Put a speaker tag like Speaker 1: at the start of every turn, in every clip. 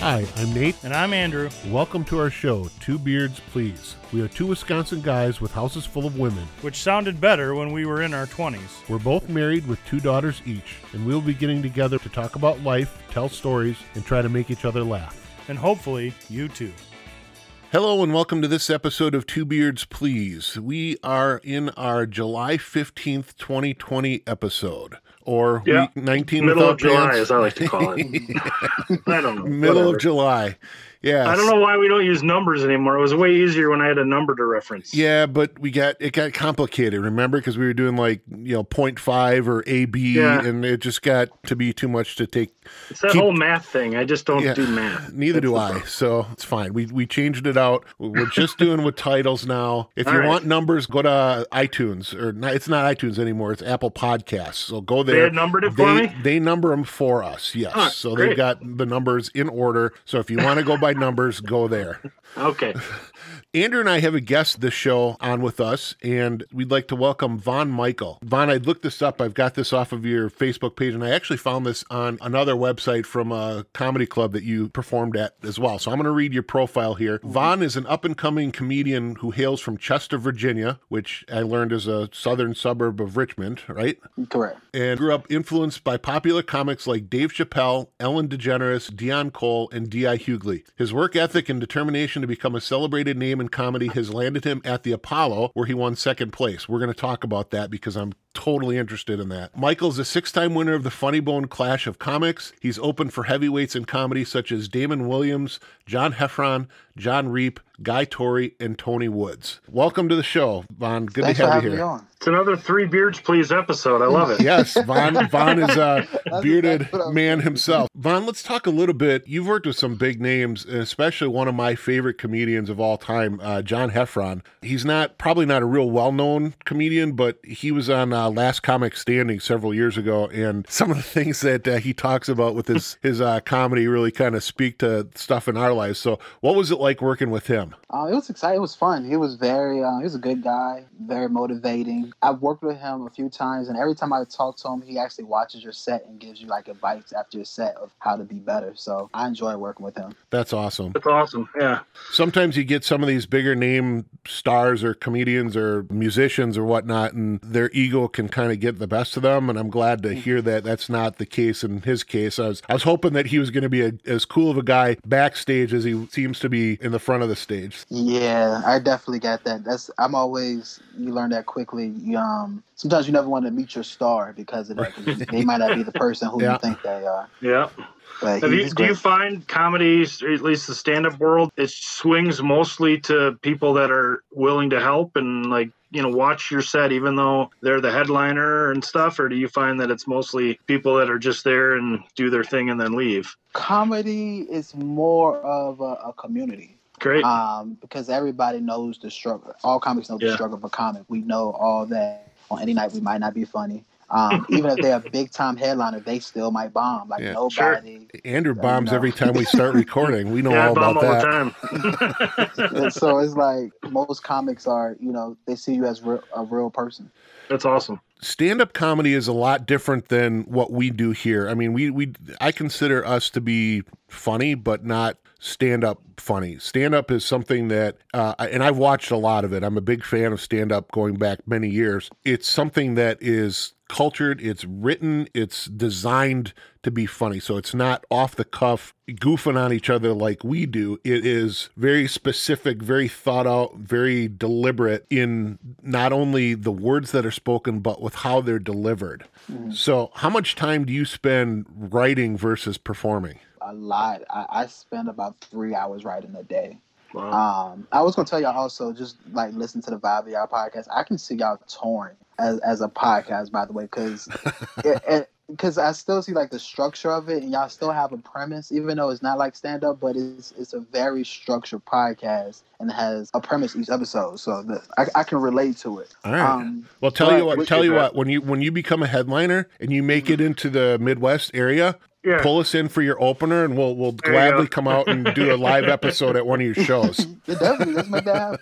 Speaker 1: Hi, I'm Nate.
Speaker 2: And I'm Andrew.
Speaker 1: Welcome to our show, Two Beards Please. We are two Wisconsin guys with houses full of women.
Speaker 2: Which sounded better when we were in our 20s.
Speaker 1: We're both married with two daughters each, and we'll be getting together to talk about life, tell stories, and try to make each other laugh.
Speaker 2: And hopefully, you too.
Speaker 1: Hello, and welcome to this episode of Two Beards Please. We are in our July 15th, 2020 episode. Or
Speaker 3: Yeah.
Speaker 1: week 19
Speaker 3: Middle
Speaker 1: without
Speaker 3: of July,
Speaker 1: pants.
Speaker 3: as I like to call it. I don't know.
Speaker 1: Middle
Speaker 3: whatever.
Speaker 1: of July. Yeah.
Speaker 3: I don't know why we don't use numbers anymore. It was way easier when I had a number to reference.
Speaker 1: Yeah, but we got it got complicated, remember? Because we were doing like, you know, 0.5 or AB,
Speaker 3: Yeah.
Speaker 1: and it just got to be too much to take.
Speaker 3: It's that
Speaker 1: Keep-
Speaker 3: whole math thing. I just don't
Speaker 1: Yeah.
Speaker 3: do math.
Speaker 1: Neither
Speaker 3: That's
Speaker 1: do
Speaker 3: the
Speaker 1: I.
Speaker 3: problem.
Speaker 1: So it's fine. We, we changed it out. We're just doing with titles now. If
Speaker 3: All
Speaker 1: you
Speaker 3: right.
Speaker 1: want numbers, go to iTunes, or not, it's not iTunes anymore, it's Apple Podcasts. So go
Speaker 3: They
Speaker 1: there.
Speaker 3: had numbered it
Speaker 1: they,
Speaker 3: for me.
Speaker 1: they number them for us, yes.
Speaker 3: Ah,
Speaker 1: so
Speaker 3: great.
Speaker 1: they've got the numbers in order. So if you want to go by numbers, go there.
Speaker 3: Okay.
Speaker 1: Andrew and I have a guest this show on with us, and we'd like to welcome Von Michael. Von, I looked this up. I've got this off of your Facebook page, and I actually found this on another website from a comedy club that you performed at as well. So I'm going to read your profile here. Von is an up and coming comedian who hails from Chester, Virginia, which I learned is a southern suburb of Richmond, right?
Speaker 4: Correct.
Speaker 1: and grew up influenced by popular comics like Dave Chappelle, Ellen DeGeneres, Dion Cole, and D.I. Hughley. His work ethic and determination to become a celebrated name in comedy has landed him at the Apollo, where he won second place. We're going to talk about that because I'm totally interested in that. Michael's a six time winner of the Funny Bone Clash of Comics. He's open for heavyweights in comedy such as Damon Williams, John Heffron, John Reap, Guy Torrey, and Tony Woods. Welcome to the show, Vaughn. Good
Speaker 4: Thanks
Speaker 1: to
Speaker 4: for
Speaker 1: have you
Speaker 4: having
Speaker 1: here.
Speaker 4: me on.
Speaker 3: It's another Three Beards Please episode. I love it.
Speaker 1: Yes, Von Von is a bearded
Speaker 4: exactly what I was
Speaker 1: man himself. Von, let's talk a little bit. You've worked with some big names, and especially one of my favorite comedians of all time, uh, John Heffron. He's not probably not a real well-known comedian, but he was on uh, Last Comic Standing several years ago, and some of the things that uh, he talks about with his his uh, comedy really kind of speak to stuff in our lives. So, what was it like working with him?
Speaker 4: Uh, it was exciting. It was fun. He was very, uh, he was a good guy, very motivating. I've worked with him a few times, and every time I talk to him, he actually watches your set and gives you like advice after your set of how to be better. So I enjoy working with him.
Speaker 1: That's awesome.
Speaker 3: That's awesome. Yeah.
Speaker 1: sometimes you get some of these bigger name stars or comedians or musicians or whatnot, and their ego can kind of get the best of them. And I'm glad
Speaker 3: Hmm.
Speaker 1: to hear that that's not the case in his case. I was I was hoping that he was going to be a, as cool of a guy backstage as he seems to be in the front of the stage.
Speaker 4: Yeah, I definitely got that. That's I'm always you learn that quickly. You, um, sometimes you never want to meet your star because of that. 'cause they might not be the person who
Speaker 1: Yeah.
Speaker 4: you think they are.
Speaker 3: Yeah.
Speaker 4: But
Speaker 3: Have
Speaker 4: he
Speaker 3: you,
Speaker 4: was
Speaker 3: do you
Speaker 4: great.
Speaker 3: find comedies, or at least the stand up world, it swings mostly to people that are willing to help and like, you know, watch your set even though they're the headliner and stuff? Or do you find that it's mostly people that are just there and do their thing and then leave?
Speaker 4: Comedy is more of a, a community.
Speaker 3: Great.
Speaker 4: um, because everybody knows the struggle. All comics know
Speaker 3: Yeah.
Speaker 4: the struggle of a comic. We know all that. On any night, we might not be funny. Um, even if they're a big time headliner, they still might bomb. Like
Speaker 1: Yeah.
Speaker 4: nobody.
Speaker 3: Sure.
Speaker 1: Andrew
Speaker 4: Yeah,
Speaker 1: bombs
Speaker 4: no.
Speaker 1: every time we start recording. We know
Speaker 3: yeah, I
Speaker 1: all
Speaker 3: bomb
Speaker 1: about
Speaker 3: all
Speaker 1: that.
Speaker 3: the time.
Speaker 4: And so it's like most comics are, you know, they see you as re- a real person.
Speaker 3: That's awesome.
Speaker 1: stand up comedy is a lot different than what we do here. I mean, we we I consider us to be funny, but not stand up funny. Stand up is something that uh, and I've watched a lot of it. I'm a big fan of stand up going back many years. It's something that is cultured, it's written, it's designed to be funny. So it's not off the cuff goofing on each other like we do. It is very specific, very thought out, very deliberate in not only the words that are spoken, but with how they're delivered.
Speaker 4: Mhm.
Speaker 1: So, how much time do you spend writing versus performing?
Speaker 4: A lot. I, I spend about three hours writing a day.
Speaker 3: Wow.
Speaker 4: Um, I was gonna tell y'all also just like listen to the Vibe of Y'all podcast. I can see y'all touring as, as a podcast, by the way, because because I still see like the structure of it, and y'all still have a premise, even though it's not like stand up, but it's it's a very structured podcast and has a premise each episode, so the, I, I can relate to it.
Speaker 1: All right.
Speaker 4: Um,
Speaker 1: well, tell you
Speaker 4: but
Speaker 1: what,
Speaker 4: which
Speaker 1: tell
Speaker 4: is
Speaker 1: you
Speaker 4: right.
Speaker 1: what, when you when you become a headliner and you make
Speaker 3: Mm-hmm.
Speaker 1: it into the Midwest area,
Speaker 3: yeah.
Speaker 1: pull us in for your opener and we'll we'll
Speaker 3: There you
Speaker 1: gladly
Speaker 3: go.
Speaker 1: come out and do a live episode at one of your shows.
Speaker 4: It definitely let's make that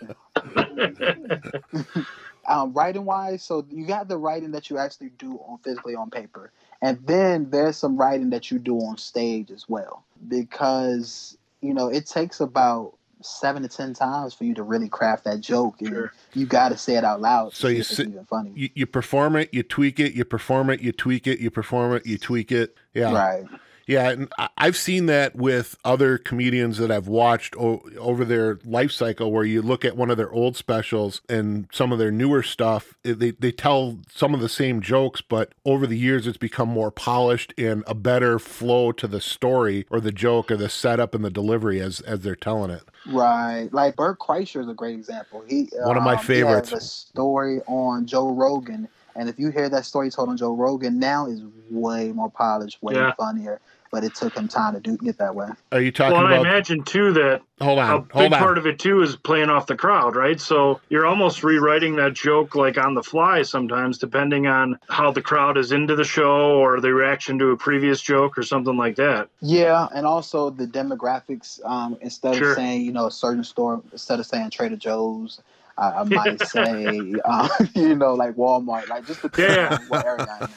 Speaker 4: happen. um, writing wise, so you got the writing that you actually do on physically on paper, And then there's some writing that you do on stage as well, because you know it takes about seven to ten times for you to really craft that joke, and
Speaker 3: Sure.
Speaker 4: you got to say it out loud.
Speaker 1: So
Speaker 4: to see
Speaker 1: you
Speaker 4: if it's
Speaker 1: sit-
Speaker 4: even funny,
Speaker 1: You, you perform it, you tweak it, you perform it, you tweak it, you perform it, you tweak it. Yeah.
Speaker 4: right?
Speaker 1: Yeah, and I- I've seen that with other comedians that I've watched o- over their life cycle, where you look at one of their old specials and some of their newer stuff. it- They they tell some of the same jokes, but over the years, it's become more polished and a better flow to the story or the joke or the setup and the delivery as as they're telling it.
Speaker 4: Right, like Bert Kreischer is a great example. He
Speaker 1: One of my
Speaker 4: um, he has
Speaker 1: favorites.
Speaker 4: A story on Joe Rogan, and if you hear that story told on Joe Rogan now, is way more polished, way
Speaker 3: Yeah.
Speaker 4: funnier. But it took him time to do get that way.
Speaker 1: Are you talking
Speaker 3: Well, and I
Speaker 1: about?
Speaker 3: imagine too that
Speaker 1: hold
Speaker 3: a
Speaker 1: on,
Speaker 3: big
Speaker 1: hold on.
Speaker 3: part of it too is playing off the crowd, right? So you're almost rewriting that joke like on the fly sometimes, depending on how the crowd is into the show or the reaction to a previous joke or something like that.
Speaker 4: Yeah, and also the demographics. Um, instead
Speaker 3: Sure.
Speaker 4: of saying you know a certain store, instead of saying Trader Joe's, I, I might say um, you know like Walmart, like just depending
Speaker 3: Yeah.
Speaker 4: on what area I'm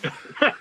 Speaker 4: in.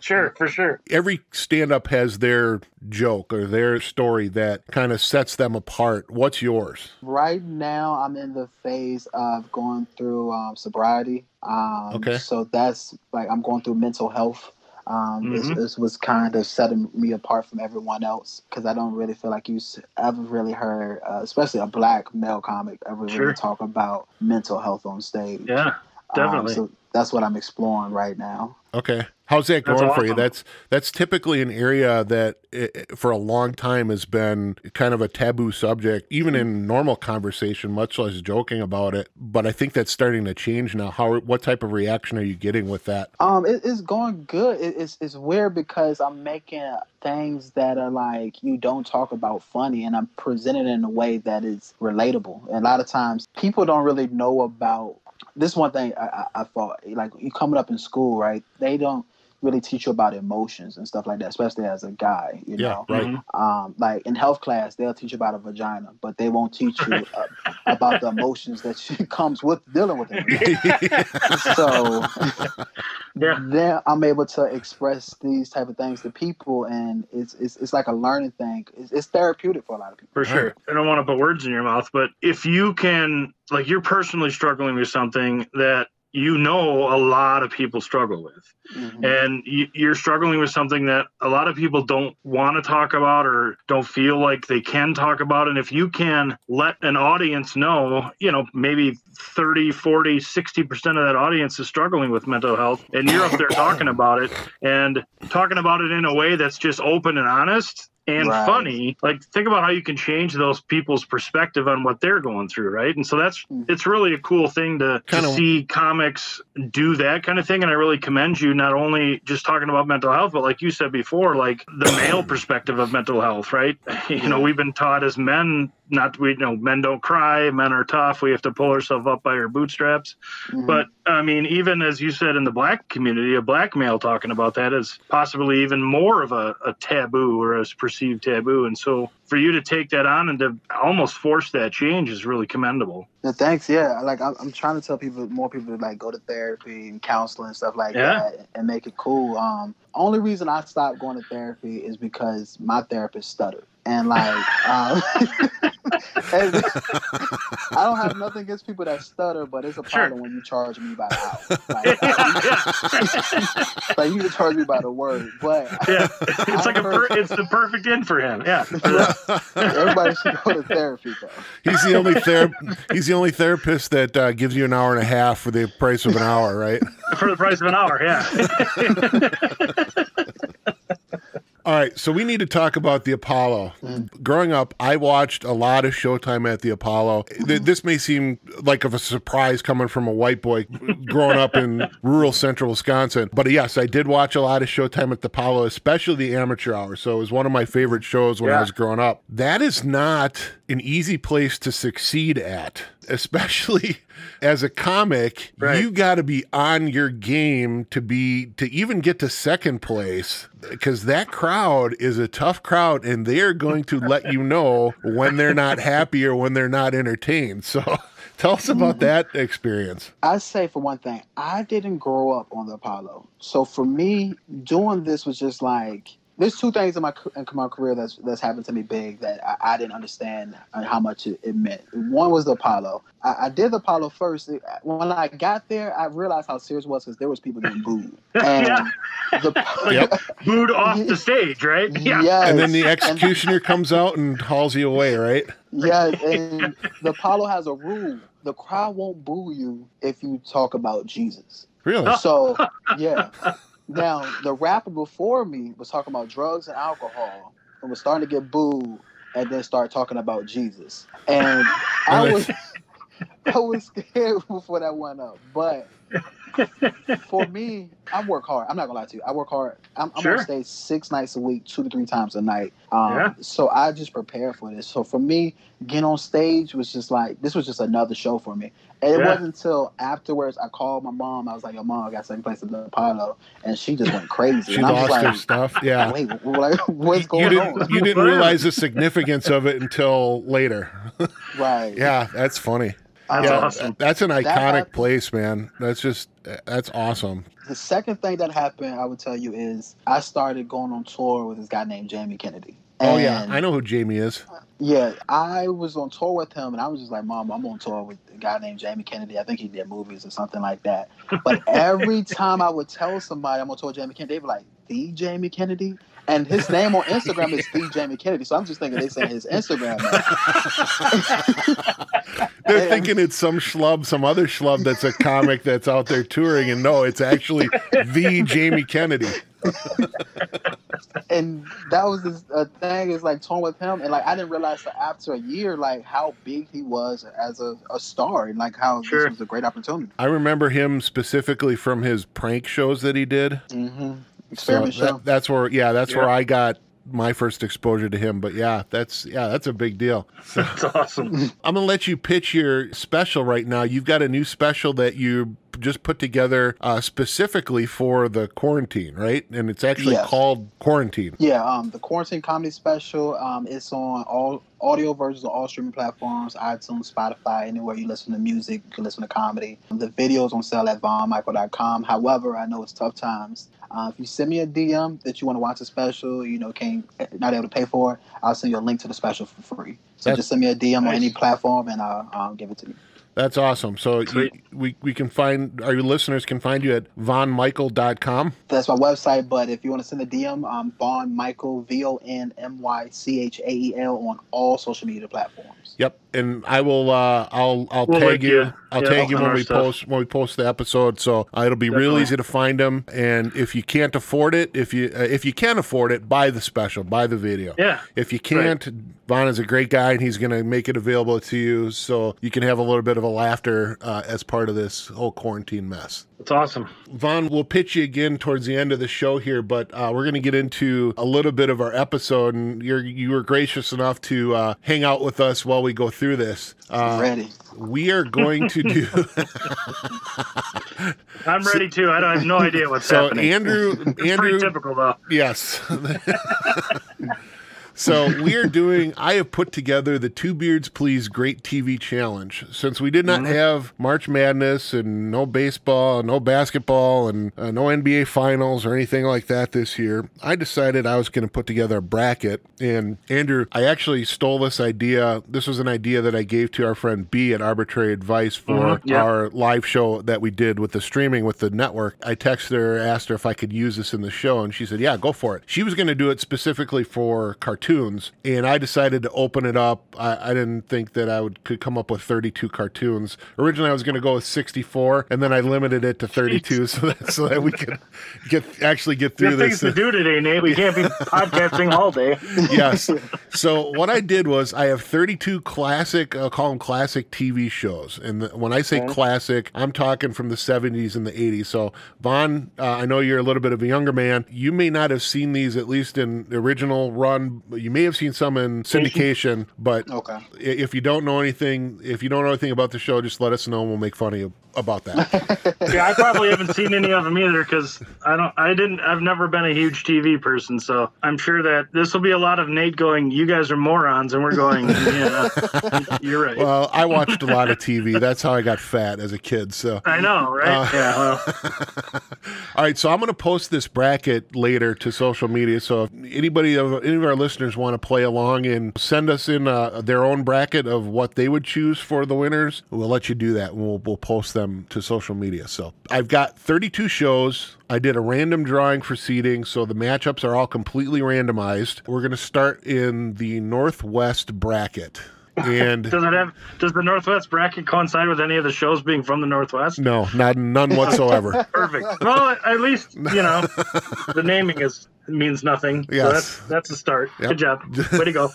Speaker 3: sure, for sure.
Speaker 1: every stand-up has their joke or their story that kind of sets them apart. What's yours?
Speaker 4: Right now, I'm in the phase of going through um, sobriety. Um,
Speaker 1: Okay.
Speaker 4: So that's like I'm going through mental health. Um, this,
Speaker 3: Mhm.
Speaker 4: this was kind of setting me apart from everyone else because I don't really feel like you s- ever really heard, uh, especially a black male comic, ever
Speaker 3: Sure.
Speaker 4: really talk about mental health on stage. Um,
Speaker 3: Yeah, definitely.
Speaker 4: so that's what I'm exploring right now.
Speaker 1: Okay. How's that
Speaker 3: That's
Speaker 1: going for you?
Speaker 3: awesome.
Speaker 1: That's that's typically an area that eh, eh, for a long time has been kind of a taboo subject, even in normal conversation, much less joking about it. But I think that's starting to change now. How? What type of reaction are you getting with that?
Speaker 4: Um, it, it's going good. It, it's it's weird because I'm making things that are like you don't talk about funny, and I'm presenting it in a way that is relatable. And a lot of times, people don't really know about this. One thing I, I, I thought, like you coming up in school, right? They don't really teach you about emotions and stuff like that, especially as a guy. You
Speaker 1: Yeah,
Speaker 4: know,
Speaker 1: right.
Speaker 3: Mhm.
Speaker 4: um, like in health class, they'll teach you about a vagina, but they won't teach you uh, about the emotions that she comes with dealing with it so
Speaker 3: Yeah.
Speaker 4: then I'm able to express these type of things to people, and it's it's, it's like a learning thing. It's, it's therapeutic for a lot of people.
Speaker 3: For sure. I don't want to put words in your mouth, but if you can, like, you're personally struggling with something that you know a lot of people struggle with,
Speaker 4: Mhm.
Speaker 3: and you, you're struggling with something that a lot of people don't want to talk about or don't feel like they can talk about and if you can let an audience know you know maybe 30 40 60% of that audience is struggling with mental health and you're up there talking about it and talking about it in a way that's just open and honest and
Speaker 4: Right.
Speaker 3: funny like think about how you can change those people's perspective on what they're going through right and so that's
Speaker 4: Mhm.
Speaker 3: it's really a cool thing to, to
Speaker 1: Kinda-
Speaker 3: see comics do that kind of thing and i really commend you not only just talking about mental health but like you said before like the male perspective of mental health right you know we've been taught as men not we you know men don't cry men are tough we have to pull ourselves up by our bootstraps
Speaker 4: Mhm.
Speaker 3: but I mean, even as you said in the black community, a black male talking about that is possibly even more of a, a taboo or a perceived taboo. And so for you to take that on and to almost force that change is really commendable.
Speaker 4: No, thanks. Yeah, like I'm, I'm trying to tell people, more people to like go to therapy and counseling and stuff like
Speaker 3: Yeah.
Speaker 4: that, and make it cool. Um, only reason I stopped going to therapy is because my therapist stuttered, and like, um, and I don't have nothing against people that stutter, but it's a
Speaker 3: Sure.
Speaker 4: problem when you charge me by the hour.
Speaker 3: yeah,
Speaker 4: Like,
Speaker 3: yeah,
Speaker 4: like you can charge me by the word, but
Speaker 3: yeah. It's like a per- it's the perfect end for him. Yeah.
Speaker 4: everybody should go to therapy though.
Speaker 1: he's the only ther- he's the only therapist that uh, gives you an hour and a half for the price of an hour, right?
Speaker 3: For the price of an hour, yeah.
Speaker 1: All right, so we need to talk about the Apollo. Growing up, I watched a lot of Showtime at the Apollo. Th- This may seem like of a surprise coming from a white boy growing up in rural central Wisconsin, but yes, I did watch a lot of Showtime at the Apollo, especially the amateur hour. So it was one of my favorite shows when I
Speaker 3: Yeah.
Speaker 1: was growing up. That is not an easy place to succeed at, especially as a comic.
Speaker 3: Right.
Speaker 1: You got to be on your game to be to even get to second place because that crowd is a tough crowd and they're going to let you know when they're not happy or when they're not entertained. So Tell us about that experience.
Speaker 4: I say for one thing, I didn't grow up on the Apollo, so for me, doing this was just like there's two things in my ca- in my career that's that's happened to me big that I, I didn't understand and how much it, it meant. One was the Apollo. I, I did the Apollo first. It- When I got there, I realized how serious it was because there was people getting booed. And
Speaker 3: Yeah.
Speaker 4: the,
Speaker 1: Yep.
Speaker 3: Booed off the stage, right? Yeah.
Speaker 4: Yes.
Speaker 1: And then the executioner comes out and hauls you away, right?
Speaker 4: Yeah, and the Apollo has a rule: the crowd won't boo you if you talk about Jesus.
Speaker 3: Oh,
Speaker 1: Really?
Speaker 4: So yeah. Now the rapper before me was talking about drugs and alcohol, and was starting to get booed, and then start talking about Jesus. And I was, I was scared before that went up. But for me, I work hard. I'm not gonna lie to you. I work hard. I'm, I'm
Speaker 3: Sure.
Speaker 4: gonna stay six nights a week, two to three times a night. Um,
Speaker 3: Yeah.
Speaker 4: So I just prepare for this. So for me, getting on stage was just like this was just another show for me. And it
Speaker 3: Yeah.
Speaker 4: wasn't until afterwards I called my mom. I was like, "Yo, mom, I got second place at the Apollo," and she just went crazy.
Speaker 1: She
Speaker 4: and I was
Speaker 1: lost her
Speaker 4: like,
Speaker 1: stuff. Yeah.
Speaker 4: "Wait, wh- like, what's
Speaker 1: You
Speaker 4: going
Speaker 1: didn't
Speaker 4: on?"
Speaker 1: you didn't
Speaker 3: Burn.
Speaker 1: realize the significance of it until later.
Speaker 4: Right? Um,
Speaker 1: Yeah, that's funny.
Speaker 3: That's
Speaker 1: yeah,
Speaker 3: awesome.
Speaker 1: That's an iconic
Speaker 4: happened.
Speaker 1: place, man. That's just that's awesome.
Speaker 4: The second thing that happened, I would tell you, is I started going on tour with this guy named Jamie Kennedy.
Speaker 1: Oh yeah,
Speaker 4: And- Oh,
Speaker 1: I know who Jamie is.
Speaker 4: Yeah, I was on tour with him, and I was just like, "Mom, I'm on tour with a guy named Jamie Kennedy. I think he did movies or something like that." But every time I would tell somebody I'm on tour with Jamie Kennedy, they were like, "The Jamie Kennedy," and his name on Instagram is The Jamie Kennedy. So I'm just thinking they saying his Instagram. name.
Speaker 1: They're
Speaker 4: Yeah.
Speaker 1: thinking it's some schlub, some other schlub that's a comic that's out there touring, and no, it's actually the Jamie Kennedy.
Speaker 4: and that was this uh, thing is like torn with him, and like I didn't realize that after a year, like how big he was as a, a star, and like how
Speaker 3: Sure.
Speaker 4: this was a great opportunity.
Speaker 1: I remember him specifically from his prank shows that he did.
Speaker 4: Mm-hmm.
Speaker 1: So
Speaker 4: Experiment
Speaker 1: that-
Speaker 4: show.
Speaker 1: that's where, yeah, that's where
Speaker 3: Yeah.
Speaker 1: I got my first exposure to him. But yeah, that's yeah, that's a big deal.
Speaker 3: That's awesome.
Speaker 1: I'm gonna let you pitch your special right now. You've got a new special that you just put together uh, specifically for the quarantine, right? And it's actually
Speaker 4: Yes.
Speaker 1: called Quarantine.
Speaker 4: Yeah, um, the quarantine comedy special. Um, it's on all audio versions of all streaming platforms: iTunes, Spotify, anywhere you listen to music, you can listen to comedy. The videos on sale at VonMichael.com. However, I know it's tough times. Uh, if you send me a DM that you want to watch a special, you know, can't not able to pay for it, I'll send you a link to the special for free. So
Speaker 1: That's-
Speaker 4: just send me a DM on
Speaker 3: Nice.
Speaker 4: any platform, and I'll, I'll give it to you.
Speaker 1: That's awesome. So you,
Speaker 3: Sweet.
Speaker 1: we we can find our listeners can find you at vonmichael.com.
Speaker 4: That's my website, but if you want to send a DM, um, Von Michael V O N M Y C H A E L on all social media platforms.
Speaker 1: Yep, and I will. Uh, I'll I'll
Speaker 3: We'll
Speaker 1: tag
Speaker 3: link
Speaker 1: you.
Speaker 3: you.
Speaker 1: I'll
Speaker 3: Yeah,
Speaker 1: tag you
Speaker 3: on
Speaker 1: when
Speaker 3: our
Speaker 1: we
Speaker 3: stuff.
Speaker 1: post when we post the episode. So uh, it'll be real
Speaker 3: Definitely.
Speaker 1: easy to find them. And if you can't afford it, if you uh, if you can afford it, buy the special, buy the video.
Speaker 3: Yeah.
Speaker 1: If you can't, Von is a great guy, and he's going to make it available to you, so you can have a little bit of a laughter uh, as part of this whole quarantine mess.
Speaker 3: That's awesome.
Speaker 1: Vaughn, we'll pitch you again towards the end of the show here, but uh, we're going to get into a little bit of our episode, and you're you were gracious enough to uh, hang out with us while we go through this. Uh,
Speaker 4: Ready.
Speaker 1: we are going to do
Speaker 3: I'm ready too. I, don't, I have no idea what's
Speaker 1: so.
Speaker 3: happening.
Speaker 1: Andrew,
Speaker 3: Pretty
Speaker 1: Andrew,
Speaker 3: typical though.
Speaker 1: yes. so we are doing. I have put together the Two Beards Please Great TV Challenge. Since we did not have March Madness and no baseball, no basketball, and uh, no NBA Finals or anything like that this year, I decided I was going to put together a bracket. And Andrew, I actually stole this idea. This was an idea that I gave to our friend B at Arbitrary Advice for
Speaker 3: Mhm, yeah.
Speaker 1: our live show that we did with the streaming with the network. I texted her, asked her if I could use this in the show, and she said, "Yeah, go for it." She was going to do it specifically for cartoons, and I decided to open it up. I, I didn't think that I would could come up with 32 cartoons. Originally, I was going to go with 64, and then I limited it to 32 so that so that we could get actually get through
Speaker 3: Good
Speaker 1: this
Speaker 3: things to do today, Nate. We can't be podcasting all day.
Speaker 1: yes. So what I did was I have 32 classic, I'll call them classic TV shows. And the, when I say classic, I'm talking from the 70s and the 80s. So Vaughn, uh, I know you're a little bit of a younger man. You may not have seen these, at least in the original run you may have seen some in syndication, but
Speaker 4: Okay.
Speaker 1: i- if you don't know anything, if you don't know anything about the show, just let us know and we'll make fun of you about that.
Speaker 3: Yeah, I probably haven't seen any of them either because I don't, I didn't, I've never been a huge TV person. So I'm sure that this will be a lot of Nate going, "You guys are morons," and we're going, "Yeah, you're right."
Speaker 1: well, I watched a lot of TV. That's how I got fat as a kid. So,
Speaker 3: I know, right?
Speaker 1: uh,
Speaker 3: yeah. Well,
Speaker 1: all right. So I'm going to post this bracket later to social media. So if anybody of any of our listeners want to play along and send us in uh, their own bracket of what they would choose for the winners, we'll let you do that. And we'll we'll post them to social media. So I've got 32 shows. I did a random drawing for seeding, so the matchups are all completely randomized. We're going to start in the northwest bracket. And
Speaker 3: does it have? Does the Northwest bracket coincide with any of the shows being from the Northwest?
Speaker 1: No, not none whatsoever.
Speaker 3: Perfect. Well, at least you know the naming is means nothing.
Speaker 1: Yes.
Speaker 3: So that's that's a start. Good job. Way to go.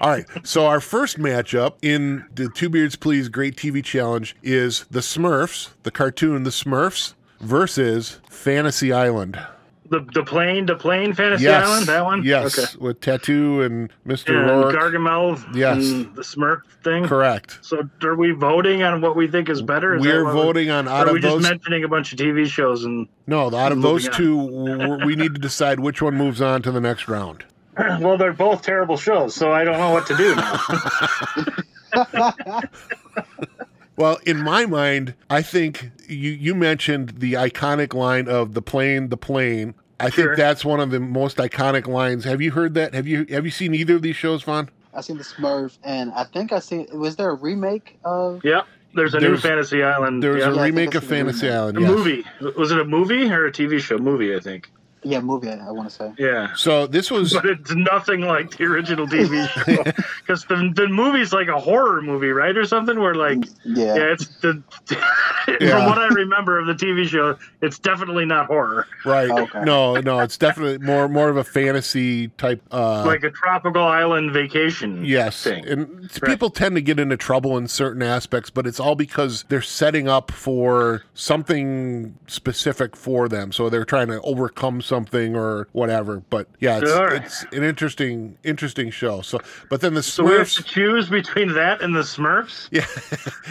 Speaker 1: All right. So our first matchup in the Two Beards Please Great TV Challenge is the Smurfs, the cartoon The Smurfs, versus Fantasy Island.
Speaker 3: The the plane, the plane fantasy
Speaker 1: yes,
Speaker 3: island. That one.
Speaker 1: Yes,
Speaker 3: Okay.
Speaker 1: with Tattoo and Mister
Speaker 3: And
Speaker 1: Rourke.
Speaker 3: Gargamel.
Speaker 1: Yes.
Speaker 3: And the Smurf thing.
Speaker 1: Correct.
Speaker 3: So are we voting on what we think is better? Is that
Speaker 1: We're
Speaker 3: what
Speaker 1: voting on
Speaker 3: Or
Speaker 1: out
Speaker 3: are we
Speaker 1: of
Speaker 3: just
Speaker 1: those.
Speaker 3: mentioning a bunch of TV shows and
Speaker 1: no, out of
Speaker 3: Moving
Speaker 1: those
Speaker 3: on.
Speaker 1: two, w- we need to decide which one moves on to the next round.
Speaker 3: well, they're both terrible shows, so I don't know what to do now.
Speaker 1: Well, in my mind, I think you you mentioned the iconic line of the plane, the plane. I
Speaker 3: Sure.
Speaker 1: think that's one of the most iconic lines. Have you heard that? Have you have you seen either of these shows, Vaughn?
Speaker 4: I seen the Smurf, and I think I seen. Was there a remake of?
Speaker 3: yeah. There's a new
Speaker 1: There's-
Speaker 3: Fantasy Island.
Speaker 1: There's
Speaker 3: yeah.
Speaker 1: a
Speaker 4: I think
Speaker 1: remake of
Speaker 4: I've seen the
Speaker 1: Fantasy
Speaker 4: remake.
Speaker 1: Island.
Speaker 3: A
Speaker 1: yes.
Speaker 3: movie. Was it a movie or a TV show? Movie, I think.
Speaker 4: Yeah, movie. I, I want to say.
Speaker 3: Yeah.
Speaker 1: So this was
Speaker 3: But it's nothing like the original TV show. Because the, the movie's like a horror movie, right? Or something where, like,
Speaker 4: Yeah.
Speaker 3: yeah, it's the.
Speaker 1: Yeah.
Speaker 3: From what I remember of the TV show, it's definitely not horror.
Speaker 1: right.
Speaker 4: Okay.
Speaker 1: No, no, it's definitely more more of a fantasy type. Uh,
Speaker 3: like a tropical island vacation
Speaker 1: yes,
Speaker 3: thing.
Speaker 1: and it's-
Speaker 3: Right.
Speaker 1: people tend to get into trouble in certain aspects, but it's all because they're setting up for something specific for them. So they're trying to overcome something or whatever. But yeah, it's,
Speaker 3: All right.
Speaker 1: it's an interesting interesting show. So, but then the
Speaker 3: so we have to
Speaker 1: Smurfs.
Speaker 3: choose between that and the Smurfs.
Speaker 1: yeah,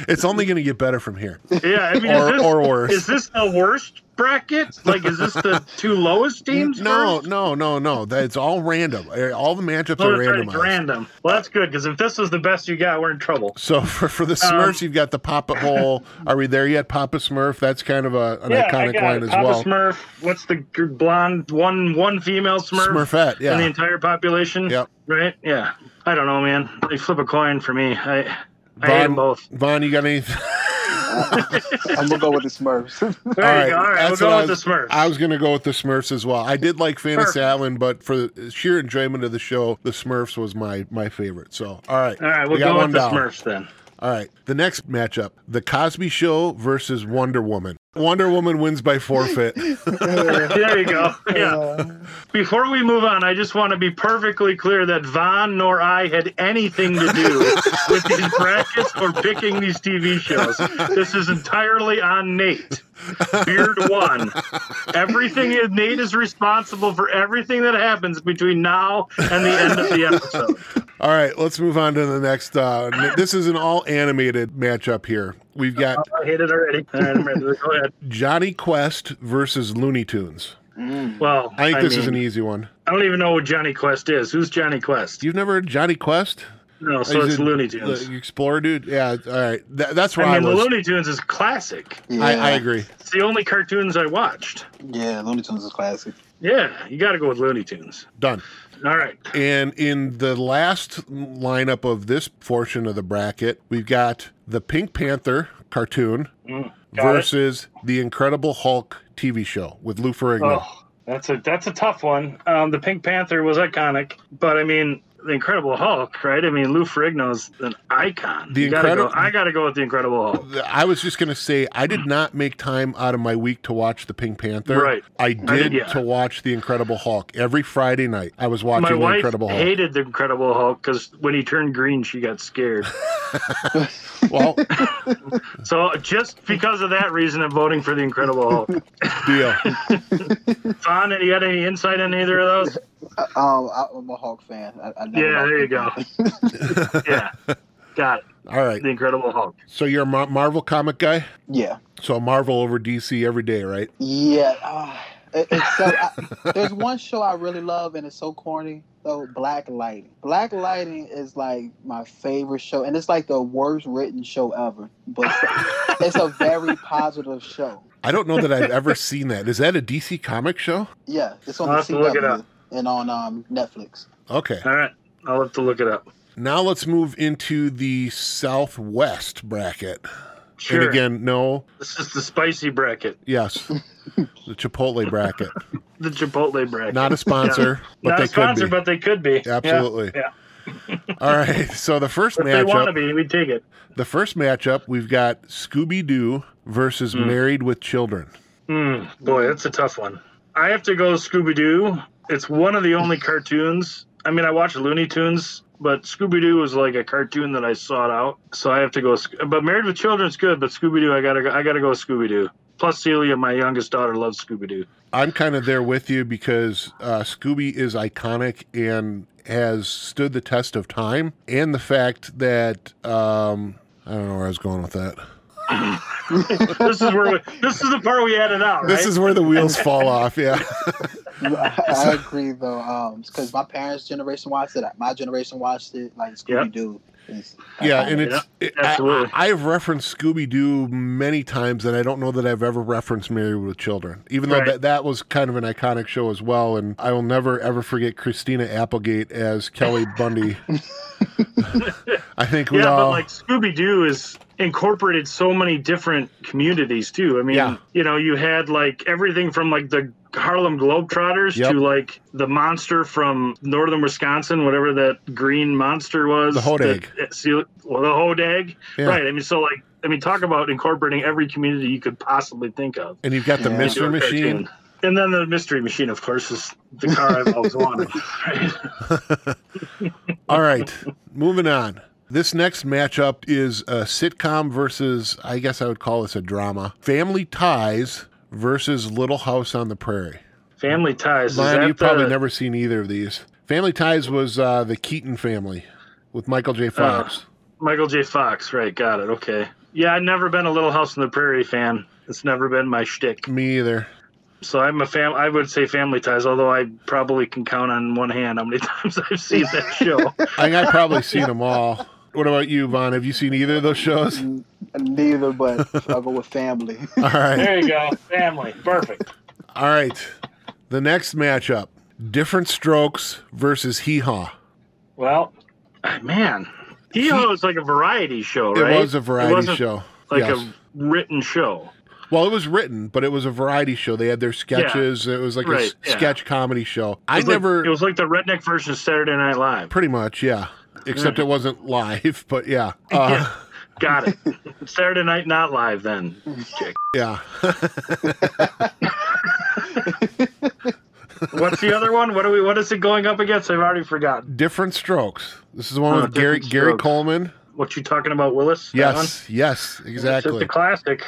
Speaker 1: it's only going to get better from here,
Speaker 3: Yeah, I mean,
Speaker 1: or
Speaker 3: is, this,
Speaker 1: or worse.
Speaker 3: is this the worst bracket? Like, is this the two lowest teams?
Speaker 1: No,
Speaker 3: first?
Speaker 1: no, no, no. That it's all random. Uh, All the matchups
Speaker 3: Oh,
Speaker 1: are
Speaker 3: that's right, it's
Speaker 1: randomized.
Speaker 3: random. Well, that's good because if this was the best you got, we're in trouble.
Speaker 1: So for, for
Speaker 3: Um,
Speaker 1: the Smurfs, you've got the Papa Hole. Are we there yet, Papa Smurf? That's kind of a, an
Speaker 3: yeah, I
Speaker 1: iconic
Speaker 3: got
Speaker 1: line
Speaker 3: it.
Speaker 1: as
Speaker 3: Papa
Speaker 1: well.
Speaker 3: Smurf. What's the g- blonde one? One female Smurf.
Speaker 1: Smurfette,
Speaker 3: in the
Speaker 1: yeah,
Speaker 3: entire population.
Speaker 1: Yep.
Speaker 3: Right. Yeah. I don't know, man. They flip a coin for me. I. I hate
Speaker 1: Von-
Speaker 3: 'em both.
Speaker 1: Vaughn, you got any?
Speaker 4: I'm gonna go with the Smurfs.
Speaker 3: There
Speaker 1: All
Speaker 3: you
Speaker 1: right,
Speaker 3: go. All right, we'll
Speaker 1: that's what
Speaker 3: go
Speaker 1: I
Speaker 3: with the
Speaker 1: was-
Speaker 3: Smurfs.
Speaker 1: I was going to go with the Smurfs as well. I did like Fantasy
Speaker 3: Perfect.
Speaker 1: Island, but for the sheer enjoyment of the show, the Smurfs was my my favorite. So all right,
Speaker 3: All right, we'll
Speaker 1: we got
Speaker 3: go
Speaker 1: one
Speaker 3: with the
Speaker 1: down.
Speaker 3: Smurfs then.
Speaker 1: All right, the next matchup: The Cosby Show versus Wonder Woman. Wonder Woman wins by forfeit.
Speaker 3: There you go. Yeah. Before we move on, I just want to be perfectly clear that Von nor I had anything to do with these brackets or picking these TV shows. This is entirely on Nate. Beard one. Everything is- Nate is responsible for everything that happens between now and the end of the episode.
Speaker 1: All right, let's move on to the next. Uh, n- this is an all animated matchup here. We've got
Speaker 3: I hate it already. All right, I'm ready. Go ahead.
Speaker 1: Johnny Quest versus Looney Tunes.
Speaker 3: Well,
Speaker 1: Hmm. I think this is
Speaker 3: mean,
Speaker 1: an e- easy one.
Speaker 3: I don't even know who Johnny Quest is. Who's Johnny Quest?
Speaker 1: You've never heard Johnny Quest?
Speaker 3: No, so
Speaker 1: He's
Speaker 3: it's
Speaker 1: a-
Speaker 3: Looney Tunes.
Speaker 1: the Explorer dude. Yeah. All right. Tha- that's where I,
Speaker 3: I mean, the
Speaker 1: was.
Speaker 3: Looney Tunes is classic.
Speaker 4: Yeah.
Speaker 1: I, I agree.
Speaker 3: It's the only cartoons I watched.
Speaker 4: Yeah, Looney Tunes is classic.
Speaker 3: Yeah, you got to go with Looney Tunes.
Speaker 1: Done.
Speaker 3: All right.
Speaker 1: And in the last lineup of this portion of the bracket, we've got the Pink Panther cartoon
Speaker 3: Mm, got it.
Speaker 1: versus the Incredible Hulk TV show with Lou Ferrigno.
Speaker 3: Oh, that's a that's a tough one. Um, the Pink Panther was iconic, but I mean, the Incredible Hulk, right? I mean, Lou Ferrigno's an icon.
Speaker 1: The
Speaker 3: you gotta
Speaker 1: Incredi-
Speaker 3: go, I got to go with the Incredible Hulk.
Speaker 1: I was just gonna say I did not make time out of my week to watch the Pink Panther.
Speaker 3: Right.
Speaker 1: I did
Speaker 3: yeah.
Speaker 1: to watch the Incredible Hulk every Friday night. I was watching
Speaker 3: My
Speaker 1: the
Speaker 3: wife
Speaker 1: Incredible Hulk.
Speaker 3: hated the Incredible Hulk because when he turned green, she got scared.
Speaker 1: Well,
Speaker 3: So just because of that reason, I'm voting for the Incredible Hulk.
Speaker 1: deal.
Speaker 3: Don, you got any insight on either of those?
Speaker 4: Um, I, I'm a Hulk fan. I, I never
Speaker 3: Yeah,
Speaker 4: liked
Speaker 3: there you
Speaker 4: him.
Speaker 3: go. Yeah, got it.
Speaker 1: All right.
Speaker 3: The Incredible Hulk.
Speaker 1: So you're a Mar- Marvel comic guy?
Speaker 4: Yeah,
Speaker 1: So Marvel over DC every day, right?
Speaker 4: yeah. Uh, it, it's so, I, there's one show I really love, and it's so corny though. Black Lighting. Black Lighting is like my favorite show, and it's like the worst written show ever. But it's- it's a very positive show.
Speaker 1: I don't know that I've ever seen that. Is that a DC comic show?
Speaker 4: Yeah, it's on
Speaker 3: I'll
Speaker 4: the
Speaker 3: have to look it
Speaker 4: CW and on um, Netflix.
Speaker 1: Okay.
Speaker 3: All right, I'll have to look it up.
Speaker 1: Now let's move into the Southwest bracket.
Speaker 3: Sure.
Speaker 1: And again, no,
Speaker 3: this is the spicy bracket,
Speaker 1: yes, the Chipotle bracket.
Speaker 3: the Chipotle bracket.
Speaker 1: Not a sponsor, but
Speaker 3: Not
Speaker 1: they
Speaker 3: a sponsor,
Speaker 1: could be.
Speaker 3: but they could be. Yeah,
Speaker 1: Absolutely.
Speaker 3: yeah.
Speaker 1: All right. So the first
Speaker 3: If they want to
Speaker 1: matchup,
Speaker 3: be, we take it.
Speaker 1: the first matchup, we've got Scooby Doo versus Married with Children.
Speaker 3: Hmm, boy, that's a tough one. I have to go Scooby Doo. It's one of the only cartoons. I mean, I watch Looney Tunes, but Scooby Doo was like a cartoon that I sought out. So I have to go. Sc- But Married with Children's good, but Scooby Doo, I gotta, go, I gotta go Scooby Doo. Plus, Celia, my youngest daughter, loves Scooby Doo.
Speaker 1: I'm kind of there with you because uh, Scooby is iconic and has stood the test of time, and the fact that um, I don't know where I was going with that.
Speaker 3: This is where, we, this is the part we added out, right?
Speaker 1: This is where the wheels fall off. Yeah,
Speaker 4: I, I agree though, um, because my parents' generation watched it. My generation watched it. Like
Speaker 3: Yeah.
Speaker 4: Scooby Doo. is
Speaker 1: yeah,
Speaker 4: iconic.
Speaker 1: and it's it,
Speaker 3: absolutely.
Speaker 1: I, have referenced Scooby Doo many times, and I don't know that I've ever referenced Married with Children, even though
Speaker 3: Right.
Speaker 1: that that was kind of an iconic show as well. And I will never ever forget Christina Applegate as Kelly Bundy. I think we
Speaker 3: yeah,
Speaker 1: all
Speaker 3: but like Scooby Doo is incorporated so many different communities too. I mean,
Speaker 1: Yeah.
Speaker 3: you know, you had like everything from like the Harlem Globetrotters
Speaker 1: Yep.
Speaker 3: to like the monster from northern Wisconsin, whatever that green monster was.
Speaker 1: The Hodag.
Speaker 3: that- see- Well, the Hodag.
Speaker 1: Yeah.
Speaker 3: Right. I mean, so like, I mean, talk about incorporating every community you could possibly think of.
Speaker 1: and you've got the
Speaker 4: Yeah.
Speaker 1: Mystery
Speaker 3: into a cartoon.
Speaker 1: Machine.
Speaker 3: And then the mystery machine, of course, is the car I've always wanted. Right?
Speaker 1: All right, moving on. This next matchup is a sitcom versus, I guess I would call this a drama. Family Ties versus Little House on the Prairie.
Speaker 3: Family ties. Is
Speaker 1: Brian,
Speaker 3: that uh,
Speaker 1: you've probably
Speaker 3: the-
Speaker 1: never seen either of these. Family Ties was uh, the Keaton family with Michael
Speaker 3: Uh.
Speaker 1: J. Fox.
Speaker 3: Michael J. Fox, right? Got it. Okay. Yeah, I've never been a Little House on the Prairie fan. It's never been my shtick.
Speaker 1: Me either.
Speaker 3: So I'm a fam. I would say Family Ties, although I probably can count on one hand how many times I've seen that show.
Speaker 1: I think I've probably seen them all. What about you, Vaughn? Have you seen either of those shows?
Speaker 4: N- Neither, but I'll go with family.
Speaker 1: All right.
Speaker 3: you go. Family. Perfect.
Speaker 1: All right. The next matchup Different Strokes versus Hee Haw.
Speaker 3: Well, Ah, man, Hee Haw was like a variety show, right?
Speaker 1: It was a variety
Speaker 3: wasn't
Speaker 1: show.
Speaker 3: Like
Speaker 1: yes.
Speaker 3: a written show.
Speaker 1: Well, it was written, but it was a variety show. They had their sketches. It was like a s-
Speaker 3: Right, yeah.
Speaker 1: sketch comedy show. I
Speaker 3: It was like-
Speaker 1: never,
Speaker 3: it was like the redneck version of Saturday Night Live.
Speaker 1: pretty much, yeah. Except it wasn't live, but yeah, uh,
Speaker 3: Got it. Saturday Night Not Live. Then
Speaker 1: yeah.
Speaker 3: what's the other one? What are we? What is it going up against? I've already forgotten.
Speaker 1: Different Strokes. This is the one
Speaker 3: Oh,
Speaker 1: with Gary
Speaker 3: Different
Speaker 1: Gary
Speaker 3: Strokes.
Speaker 1: Coleman.
Speaker 3: What you talking about, Willis? That one?
Speaker 1: Yes, yes,
Speaker 3: It's
Speaker 1: exactly.
Speaker 3: a classic.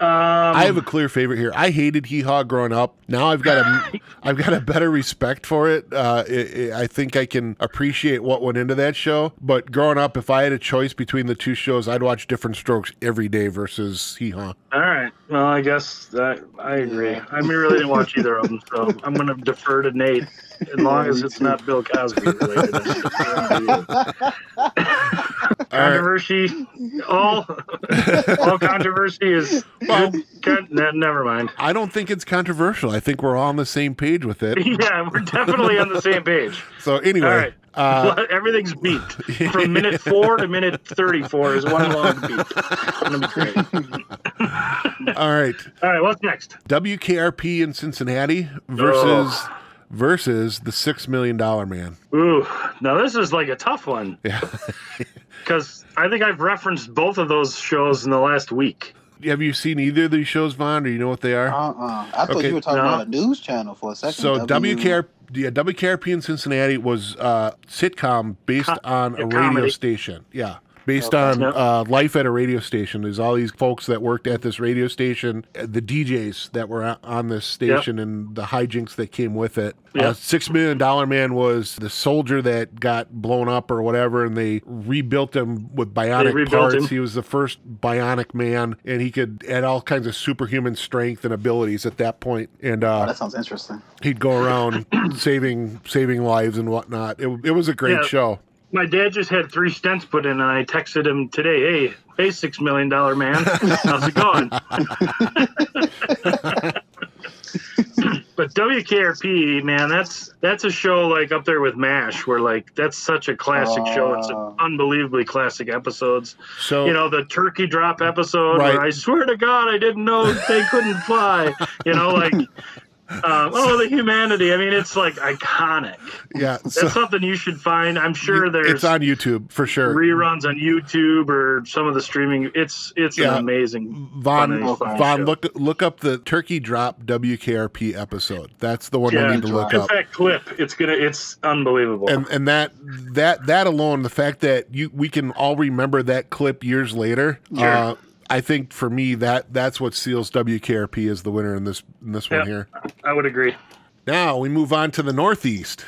Speaker 3: Um,
Speaker 1: I have a clear favorite here. I hated Hee Haw growing up. Now I've got a, I've got a better respect for it. Uh, it, it. I think I can appreciate what went into that show. But growing up, if I had a choice between the two shows, I'd watch Different Strokes every day versus Hee Haw.
Speaker 3: all right. Well, I guess that, I agree.
Speaker 4: Yeah.
Speaker 3: I mean, really didn't watch either of them, so I'm going to defer to Nate as long
Speaker 4: Yeah,
Speaker 3: as
Speaker 4: me
Speaker 3: it's
Speaker 4: too.
Speaker 3: not Bill Cosby related. controversy, all all controversy is.
Speaker 1: Well-
Speaker 3: Good- ne- never mind.
Speaker 1: I don't think it's controversial. I think we're all on the same page with it.
Speaker 3: Yeah, we're definitely on the same page.
Speaker 1: So anyway,
Speaker 3: All right.
Speaker 1: uh,
Speaker 3: Well, Everything's beat from minute four to minute thirty-four is one long beat. It's gonna be great.
Speaker 1: all right.
Speaker 3: All right, what's next?
Speaker 1: WKRP in Cincinnati versus versus the six million dollar man.
Speaker 3: Ooh, now this is like a tough one
Speaker 1: Yeah.
Speaker 3: because I think I've referenced both of those shows in the last week.
Speaker 1: Have you seen either of these shows, Vaughn? Or you know what they are?
Speaker 4: Uh uh I thought
Speaker 1: Okay.
Speaker 4: you were talking
Speaker 3: No.
Speaker 4: about a news channel for a second.
Speaker 1: so
Speaker 4: W-
Speaker 1: WKR, yeah, WKRP in Cincinnati was uh, sitcom based on a
Speaker 3: a
Speaker 1: radio
Speaker 3: comedy.
Speaker 1: station. Yeah. based on uh, life at a radio station. Is all these folks that worked at this radio station, uh, the DJs that were o- on this station, and the hijinks that came with it.
Speaker 3: Yeah.
Speaker 1: Uh, Six Million Dollar Man was the soldier that got blown up or whatever, and they rebuilt him with bionic
Speaker 3: rebuilt
Speaker 1: parts.
Speaker 3: him.
Speaker 1: He was the first bionic man, and he could add all kinds of superhuman strength and abilities at that point. And uh,
Speaker 4: Oh, That sounds interesting.
Speaker 1: he'd go around saving saving lives and whatnot. It, it was a great
Speaker 3: Yeah.
Speaker 1: show.
Speaker 3: My dad just had three stents put in, and I texted him today, "Hey, hey, six million dollar man, how's it going?" but WKRP, man, that's that's a show like up there with Mash, where like that's such a classic show. It's
Speaker 4: Oh.
Speaker 3: unbelievably classic episodes.
Speaker 1: So
Speaker 3: You know, the turkey drop episode where
Speaker 1: Right.
Speaker 3: I swear to God, I didn't know they couldn't fly. You know, like. Um, oh, the humanity! I mean, it's like iconic.
Speaker 1: yeah, so
Speaker 3: That's something you should find. I'm sure there's
Speaker 1: it's on YouTube for sure.
Speaker 3: reruns on YouTube or some of the streaming. It's it's
Speaker 1: Yeah.
Speaker 3: an amazing.
Speaker 1: Von
Speaker 3: funny, funny
Speaker 1: Von,
Speaker 3: show.
Speaker 1: look look up the Turkey Drop WKRP episode. That's the one
Speaker 3: Yeah.
Speaker 1: we need to look
Speaker 4: Turkey
Speaker 3: In
Speaker 1: up.
Speaker 3: fact, clip. It's gonna. It's unbelievable.
Speaker 1: And and that that that alone, the fact that you we can all remember that clip years later.
Speaker 3: Sure.
Speaker 1: Uh, I think for me that that's what seals WKRP as the winner in this in this
Speaker 3: Yeah.
Speaker 1: one here.
Speaker 3: I would agree.
Speaker 1: Now we move on to the Northeast.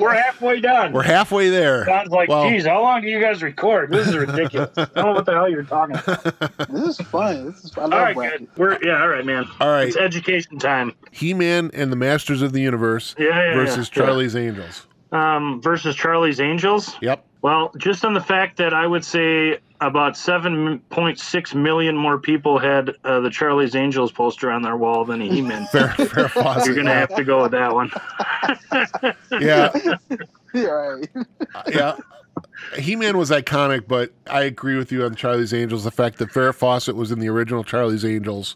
Speaker 3: We're halfway done.
Speaker 1: We're halfway there.
Speaker 3: Sounds like,
Speaker 1: Well-
Speaker 3: geez, how long do you guys record? This is ridiculous. I don't know what the hell you're talking about.
Speaker 4: This is fun. This is I love
Speaker 3: All right,
Speaker 4: Wacky.
Speaker 3: good. We're yeah, all right, man.
Speaker 1: All right,
Speaker 3: It's education time.
Speaker 1: He-Man and the Masters of the Universe
Speaker 3: Yeah, yeah, yeah.
Speaker 1: versus Charlie's Angels.
Speaker 3: Yeah. Um, versus Charlie's Angels.
Speaker 1: Yep.
Speaker 3: Well, just on the fact that I would say about 7.6 million more people had uh, the Charlie's Angels poster on their wall than a He-Man.
Speaker 1: Fair, fair
Speaker 3: You're
Speaker 1: faucet.
Speaker 3: gonna have to go with that one.
Speaker 1: Yeah,
Speaker 4: You're right.
Speaker 1: yeah. He-Man was iconic, but I agree with you on Charlie's Angels. The fact that Farrah Fawcett was in the original Charlie's Angels.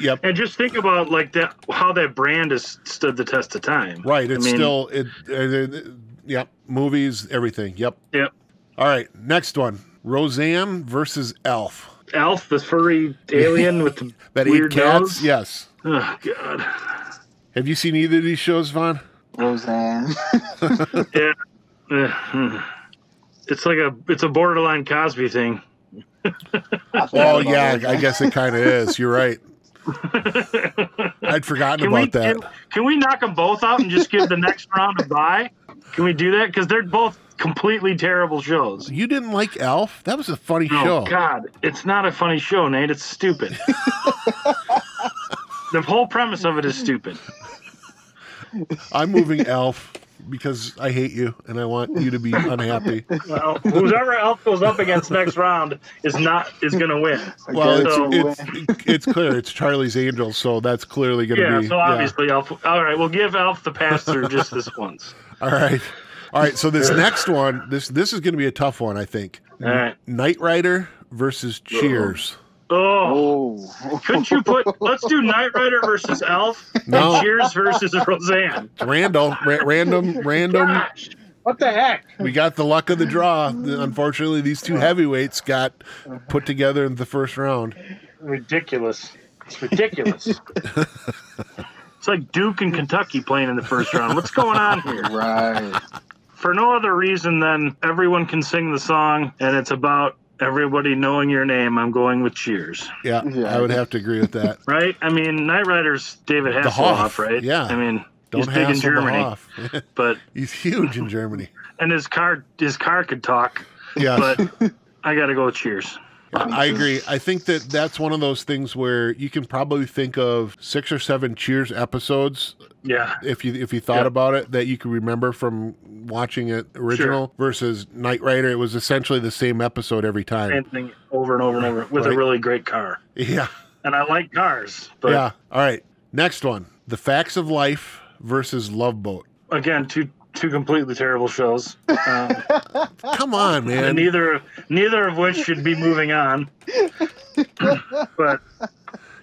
Speaker 1: Yep.
Speaker 3: And just think about like that, how that brand has stood the test of time.
Speaker 1: Right. It's
Speaker 3: I mean,
Speaker 1: still it, it, it. Yep. Movies, everything. Yep.
Speaker 3: Yep.
Speaker 1: All right. Next one: Roseanne versus Elf.
Speaker 3: Alf, the furry alien with the
Speaker 1: That
Speaker 3: weird
Speaker 1: eight cats.
Speaker 3: nose.
Speaker 1: Yes.
Speaker 3: Oh God.
Speaker 1: Have you seen either of these shows, Vaughn?
Speaker 4: Roseanne.
Speaker 3: Yeah. Ugh. It's like a it's a borderline Cosby thing.
Speaker 4: I forgot
Speaker 1: Oh
Speaker 4: about
Speaker 1: yeah,
Speaker 4: Roseanne.
Speaker 1: I guess it kind of is. You're right. I'd forgotten
Speaker 3: Can
Speaker 1: about
Speaker 3: we
Speaker 1: that.
Speaker 3: Can, can we knock them both out and just give the next round a bye? Can we do that? Because they're both completely terrible shows.
Speaker 1: You didn't like Elf? That was a funny
Speaker 3: Oh
Speaker 1: show.
Speaker 3: God, it's not a funny show, Nate. It's stupid. the whole premise of it is stupid.
Speaker 1: I'm moving Elf because I hate you and I want you to be unhappy.
Speaker 3: Well, whoever else goes up against next round is not is gonna win.
Speaker 4: I
Speaker 1: Well,
Speaker 4: guess you
Speaker 1: it's,
Speaker 4: win.
Speaker 1: it's it's clear it's Charlie's Angels, so that's clearly going to
Speaker 3: Yeah,
Speaker 1: be.
Speaker 3: so obviously Alf. All right, we'll give Alf the pass through just this once.
Speaker 1: All right, all right. So this next one, this this is going to be a tough one, I think.
Speaker 3: All right.
Speaker 1: Knight Rider versus Cheers.
Speaker 3: Oh,
Speaker 4: oh.
Speaker 3: couldn't you put? Let's do Knight Rider versus Alf.
Speaker 1: No.
Speaker 3: And Cheers versus Roseanne.
Speaker 1: Random, ra- random, random.
Speaker 3: Gosh, what the heck?
Speaker 1: We got the luck of the draw. Unfortunately, these two heavyweights got put together in the first round.
Speaker 3: Ridiculous. It's ridiculous. it's like Duke and Kentucky playing in the first round. What's going on here?
Speaker 4: Right.
Speaker 3: For no other reason than everyone can sing the song and it's about everybody knowing your name. I'm going with cheers.
Speaker 1: Yeah,
Speaker 4: Yeah.
Speaker 1: I would have to agree with that.
Speaker 3: Right? I mean, Knight Rider's David
Speaker 1: Hoff,
Speaker 3: Hasselhoff, right?
Speaker 1: yeah.
Speaker 3: I mean,
Speaker 1: Don't
Speaker 3: he's big in
Speaker 1: hassle the
Speaker 3: Germany,
Speaker 1: Hoff.
Speaker 3: but
Speaker 1: He's huge in Germany.
Speaker 3: and his car his car could talk,
Speaker 1: Yeah,
Speaker 3: but I got to go with cheers.
Speaker 1: I agree. I think that that's one of those things where you can probably think of six or seven Cheers episodes
Speaker 3: Yeah.
Speaker 1: if you if you thought
Speaker 3: Yeah.
Speaker 1: about it that you can remember from watching it original versus Knight Rider. It was essentially the same episode every time.
Speaker 3: Same thing over and over and over with
Speaker 1: Right.
Speaker 3: a really great car.
Speaker 1: yeah,
Speaker 3: And I like cars, but
Speaker 1: yeah. All right, next one: The Facts of Life versus Love Boat.
Speaker 3: again, two two completely terrible shows, um,
Speaker 1: Come on,
Speaker 3: and
Speaker 1: man.
Speaker 3: neither neither of which should be moving on. but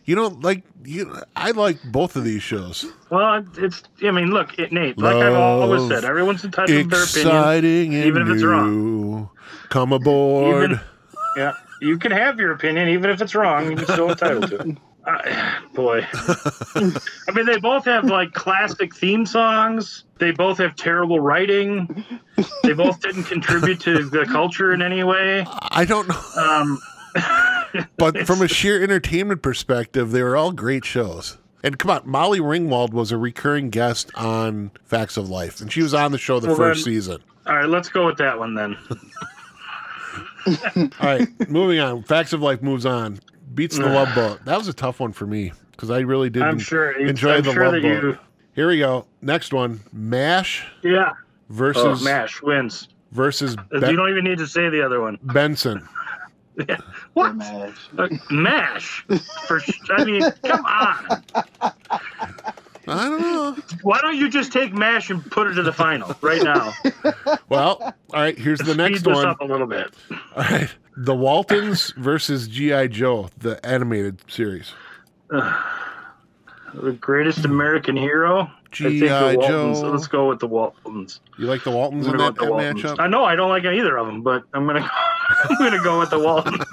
Speaker 1: You know, like you, I like both of these shows.
Speaker 3: well, it's I mean, look, it, Nate, like I've always
Speaker 1: Love
Speaker 3: said, everyone's entitled to their opinion.
Speaker 1: Exciting and
Speaker 3: even if it's
Speaker 1: new. Come aboard.
Speaker 3: Even- Yeah, you can have your opinion, even if it's wrong. You're still entitled to it. I boy. I mean, they both have like classic theme songs. They both have terrible writing. They both didn't contribute to the culture in any way.
Speaker 1: I don't know,
Speaker 3: Um,
Speaker 1: but from a sheer entertainment perspective, they were all great shows. And come on, Molly Ringwald was a recurring guest on Facts of Life, and she was on the show the
Speaker 3: Well,
Speaker 1: first
Speaker 3: then-
Speaker 1: season.
Speaker 3: all right, let's go with that one then.
Speaker 1: All right, moving on. Facts of Life moves on. Beats the Love Boat. That was a tough one for me because I really didn't
Speaker 3: I'm sure.
Speaker 1: enjoy
Speaker 3: I'm
Speaker 1: the
Speaker 3: sure
Speaker 1: Love
Speaker 3: that
Speaker 1: Boat.
Speaker 3: you.
Speaker 1: Here we go. Next one: Mash
Speaker 3: Yeah. Oh,
Speaker 1: versus
Speaker 3: Mash wins.
Speaker 1: versus
Speaker 3: you
Speaker 1: Ben-
Speaker 3: don't even need to say the other one.
Speaker 1: Benson.
Speaker 3: What?
Speaker 4: Mash.
Speaker 3: Uh, Mash. For sh- I mean, come on.
Speaker 1: I don't know.
Speaker 3: Why don't you just take Mash and put it to the final right now?
Speaker 1: Well, all right. Here's the next
Speaker 3: Speed this
Speaker 1: one.
Speaker 3: up a little bit.
Speaker 1: All right, the Waltons versus GI Joe, the animated series.
Speaker 3: The greatest American hero. I
Speaker 1: G.I.
Speaker 3: think the Waltons.
Speaker 1: Joe.
Speaker 3: Let's go with the Waltons.
Speaker 1: You like the Waltons
Speaker 3: I'm
Speaker 1: in
Speaker 3: gonna go
Speaker 1: that
Speaker 3: with the Waltons.
Speaker 1: matchup?
Speaker 3: I know I don't like either of them, but I'm gonna I'm gonna go with the Waltons.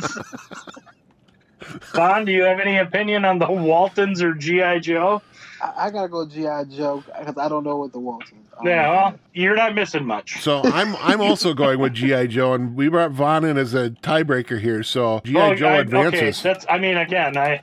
Speaker 3: Bon, do you have any opinion on the Waltons or GI Joe?
Speaker 4: I, I gotta go GI Joe because I don't know what the Waltons. are.
Speaker 3: Yeah, well, you're not missing much.
Speaker 1: So I'm I'm also going with GI Joe, and we brought Vaughn in as a tiebreaker here. So GI Joe
Speaker 3: Oh, I- Okay,
Speaker 1: advances.
Speaker 3: that's. I mean, again, I.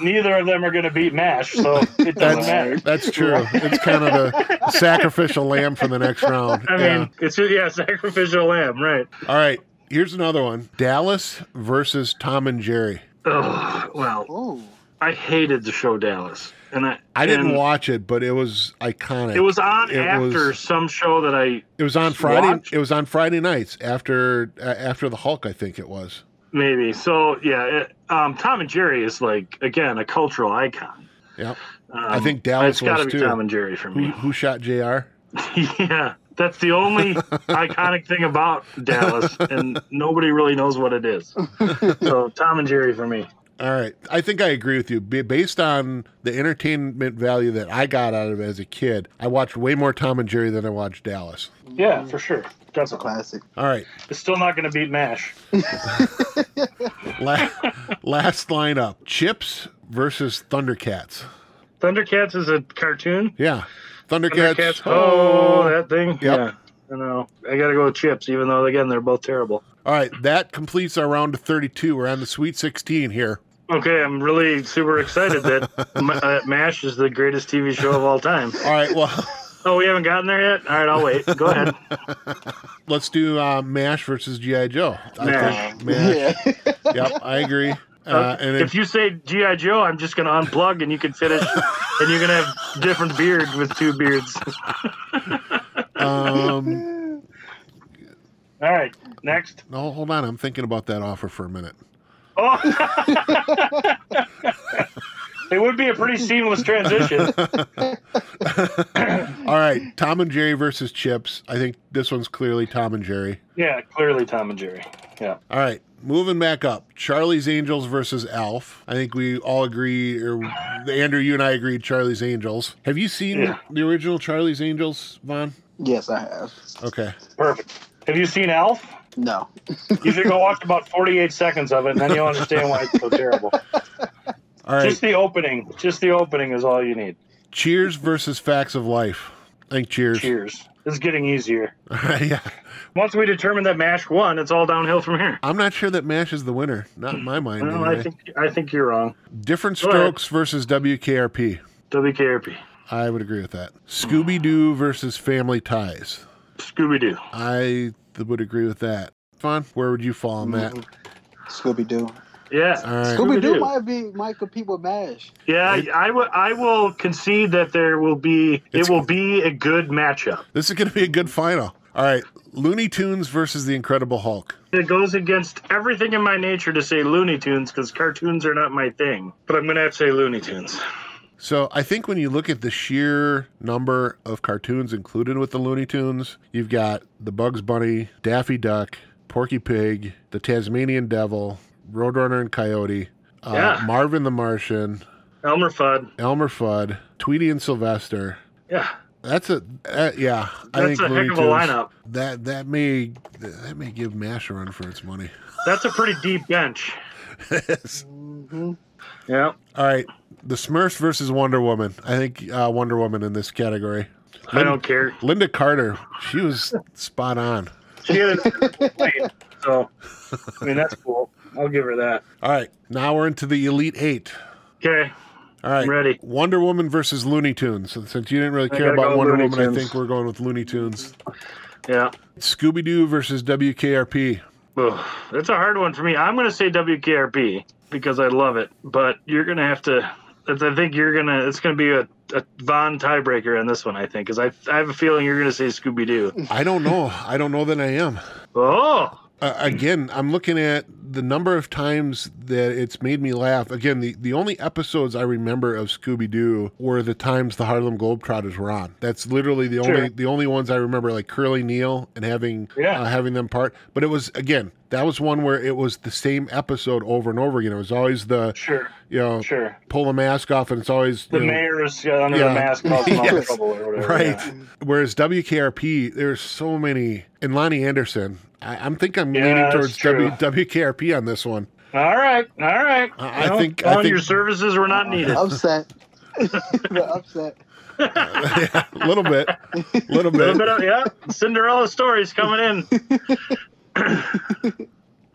Speaker 3: Neither of them are going to beat Mash, so it doesn't
Speaker 1: That's-
Speaker 3: matter.
Speaker 1: That's true. It's kind of the sacrificial lamb for the next round.
Speaker 3: I mean, it's yeah, sacrificial lamb, right?
Speaker 1: Yeah. all right. Here's another one: Dallas versus Tom and Jerry.
Speaker 3: Oh well,
Speaker 4: Ooh.
Speaker 3: I hated the show Dallas, and I
Speaker 1: I didn't
Speaker 3: and
Speaker 1: watch it, but it was iconic.
Speaker 3: It was on
Speaker 1: It
Speaker 3: after
Speaker 1: was-
Speaker 3: some show that I
Speaker 1: It was on Friday.
Speaker 3: Watch?
Speaker 1: It was on Friday nights after uh, after the Hulk, I think it was.
Speaker 3: maybe. So yeah, it, um, Tom and Jerry is like again a cultural icon.
Speaker 1: Yep.
Speaker 3: Um,
Speaker 1: I think Dallas
Speaker 3: It's got to
Speaker 1: was,
Speaker 3: be
Speaker 1: too. Mm.
Speaker 3: Tom and Jerry for
Speaker 1: Who,
Speaker 3: me.
Speaker 1: who shot Jr.
Speaker 3: yeah, that's the only iconic thing about Dallas, and nobody really knows what it is. So Tom and Jerry for me.
Speaker 1: All right, I think I agree with you. Ba- Based on the entertainment value that I got out of it as a kid, I watched way more Tom and Jerry than I watched Dallas.
Speaker 3: Yeah, for sure. That's
Speaker 4: It's a classic.
Speaker 1: All right,
Speaker 3: It's still not going to beat Mash.
Speaker 1: la- last lineup: Chips versus Thundercats.
Speaker 3: Thundercats is a cartoon.
Speaker 1: Yeah, Thundercats.
Speaker 3: Thundercats. Oh, that thing.
Speaker 1: Yep.
Speaker 3: Yeah. I know. I gotta go with chips, even though again they're both terrible.
Speaker 1: All right, that completes our round of 32. We're on the Sweet 16 here.
Speaker 3: Okay, I'm really super excited that M- uh, MASH is the greatest TV show of all time.
Speaker 1: All right, well,
Speaker 3: Oh, we haven't gotten there yet? All right, I'll wait. Go ahead.
Speaker 1: let's do uh, Mash versus GI Joe. I
Speaker 3: Mash.
Speaker 1: think Mash.
Speaker 4: Yeah.
Speaker 1: Yep, I agree. Uh, and
Speaker 3: If
Speaker 1: if
Speaker 3: you say G.I. Joe, I'm just going to unplug and you can finish, and you're going to have different beard with two beards.
Speaker 1: um,
Speaker 3: All right, next.
Speaker 1: no, hold on, I'm thinking about that offer for a minute.
Speaker 3: Oh. it would be a pretty seamless transition.
Speaker 1: All right, Tom and Jerry versus Chips. I think this one's clearly Tom and Jerry.
Speaker 3: Yeah, clearly Tom and Jerry. Yeah.
Speaker 1: All right, moving back up, Charlie's Angels versus Alf. I think we all agree, or Andrew, you and I agreed, Charlie's Angels. Have you seen
Speaker 3: Yeah.
Speaker 1: the original Charlie's Angels, Vaughn?
Speaker 4: yes, I have.
Speaker 1: Okay.
Speaker 3: Perfect. Have you seen Alf?
Speaker 4: No.
Speaker 3: You should go watch about 48 seconds of it, and then you'll understand why it's so terrible.
Speaker 1: All right,
Speaker 3: Just the opening. Just the opening is all you need.
Speaker 1: Cheers versus Facts of Life. I think Cheers.
Speaker 3: Cheers. It's getting easier.
Speaker 1: All right, yeah.
Speaker 3: Once we determine that Mash won, it's all downhill from here.
Speaker 1: I'm not sure that Mash is the winner. Not in my mind.
Speaker 3: Well,
Speaker 1: anyway.
Speaker 3: I think I think you're wrong.
Speaker 1: Different
Speaker 3: Go ahead.
Speaker 1: Strokes versus WKRP.
Speaker 3: WKRP,
Speaker 1: I would agree with that. Scooby Doo versus Family Ties.
Speaker 3: Scooby Doo.
Speaker 1: I th- would agree with that. Fun. Where would you fall on
Speaker 3: Mm,
Speaker 1: that?
Speaker 4: Scooby Doo.
Speaker 3: Yeah,
Speaker 1: All right.
Speaker 4: Scooby Doo
Speaker 3: Scooby-Doo.
Speaker 4: might be might compete with Mash.
Speaker 3: yeah. I will. I will concede that there will be.
Speaker 1: It's-
Speaker 3: It will be a good matchup.
Speaker 1: This is going to be a good final. All right. Looney Tunes versus the Incredible Hulk.
Speaker 3: It goes against everything in my nature to say Looney Tunes because cartoons are not my thing. But I'm gonna have to say Looney Tunes.
Speaker 1: So I think when you look at the sheer number of cartoons included with the Looney Tunes, you've got the Bugs Bunny, Daffy Duck, Porky Pig, the Tasmanian Devil, Roadrunner and Coyote, uh,
Speaker 3: Yeah.
Speaker 1: Marvin the Martian,
Speaker 3: Elmer Fudd.
Speaker 1: Elmer Fudd, Tweety and Sylvester.
Speaker 3: Yeah,
Speaker 1: That's a uh, yeah. I
Speaker 3: that's
Speaker 1: think
Speaker 3: a
Speaker 1: Looney
Speaker 3: heck of a
Speaker 1: Tunes-
Speaker 3: lineup.
Speaker 1: That that may that may give Mash a run for its money.
Speaker 3: That's a pretty deep bench.
Speaker 4: Mm-hmm.
Speaker 3: Yeah.
Speaker 1: All right, the Smurfs versus Wonder Woman. I think uh, Wonder Woman in this category.
Speaker 3: I don't care.
Speaker 1: Linda Carter, she was spot on.
Speaker 3: She had a point, so I mean that's cool. I'll give her that.
Speaker 1: All right, now we're into the Elite Eight.
Speaker 3: Okay.
Speaker 1: All right,
Speaker 3: I'm ready.
Speaker 1: Wonder Woman versus Looney Tunes. Since you didn't really
Speaker 3: I
Speaker 1: care
Speaker 3: gotta
Speaker 1: about
Speaker 3: go
Speaker 1: Wonder
Speaker 3: Looney
Speaker 1: Woman,
Speaker 3: Tunes.
Speaker 1: I think we're going with Looney Tunes.
Speaker 3: Yeah.
Speaker 1: Scooby Doo versus WKRP.
Speaker 3: Ugh, that's a hard one for me. I'm gonna say WKRP because I love it, but you're gonna have to. I think you're gonna. It's gonna be a, a Von tiebreaker on this one. I think because I I have a feeling you're gonna say Scooby Doo.
Speaker 1: I don't know. I don't know that I am.
Speaker 3: Oh,
Speaker 1: uh, again, I'm looking at the number of times that it's made me laugh. Again, the, the only episodes I remember of Scooby Doo were the times the Harlem Globetrotters were on. That's literally the only
Speaker 3: Sure.
Speaker 1: the only ones I remember, like Curly Neal and having
Speaker 3: Yeah.
Speaker 1: uh, having them part. But it was again that was one where it was the same episode over and over again. It was always the
Speaker 3: sure,
Speaker 1: you know
Speaker 3: sure.
Speaker 1: pull the mask off, and it's always
Speaker 3: The
Speaker 1: you know,
Speaker 3: mayor is uh, under
Speaker 1: Yeah.
Speaker 3: the mask causing all
Speaker 1: Yes.
Speaker 3: trouble or whatever.
Speaker 1: Right.
Speaker 3: yeah.
Speaker 1: Whereas WKRP, there's so many, and Lonnie Anderson. I, I'm think I'm
Speaker 3: Yeah,
Speaker 1: leaning
Speaker 3: that's
Speaker 1: towards w,
Speaker 3: true.
Speaker 1: WKRP on this one.
Speaker 3: All right. All right.
Speaker 1: I- I
Speaker 3: You know,
Speaker 1: think- I
Speaker 3: calling
Speaker 1: think-
Speaker 3: your services were not needed.
Speaker 4: upset. the upset.
Speaker 1: a little bit, little
Speaker 3: A little bit
Speaker 1: bit.
Speaker 3: of- yeah, Cinderella stories coming in.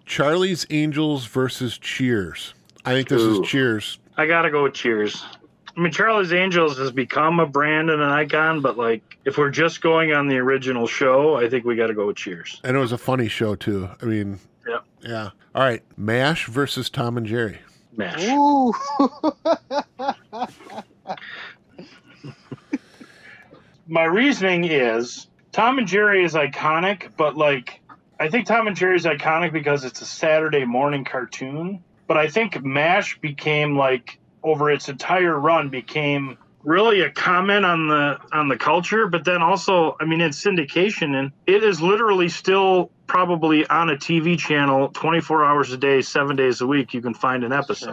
Speaker 1: Charlie's Angels versus Cheers. I think this
Speaker 3: Ooh.
Speaker 1: is Cheers.
Speaker 3: I gotta go with Cheers. I mean, Charlie's Angels has become a brand and an icon, but like, if we're just going on the original show, I think we gotta go with Cheers.
Speaker 1: And it was a funny show too. I mean,
Speaker 3: Yeah.
Speaker 1: yeah. All right, Mash versus Tom and Jerry.
Speaker 3: Mash.
Speaker 4: Ooh.
Speaker 3: my reasoning is Tom and Jerry is iconic, but like I think Tom and Jerry is iconic because it's a Saturday morning cartoon. But I think MASH became like over its entire run became really a comment on the on the culture, but then also I mean in syndication and it is literally still probably on a TV channel 24 hours a day, 7 days a week you can find an episode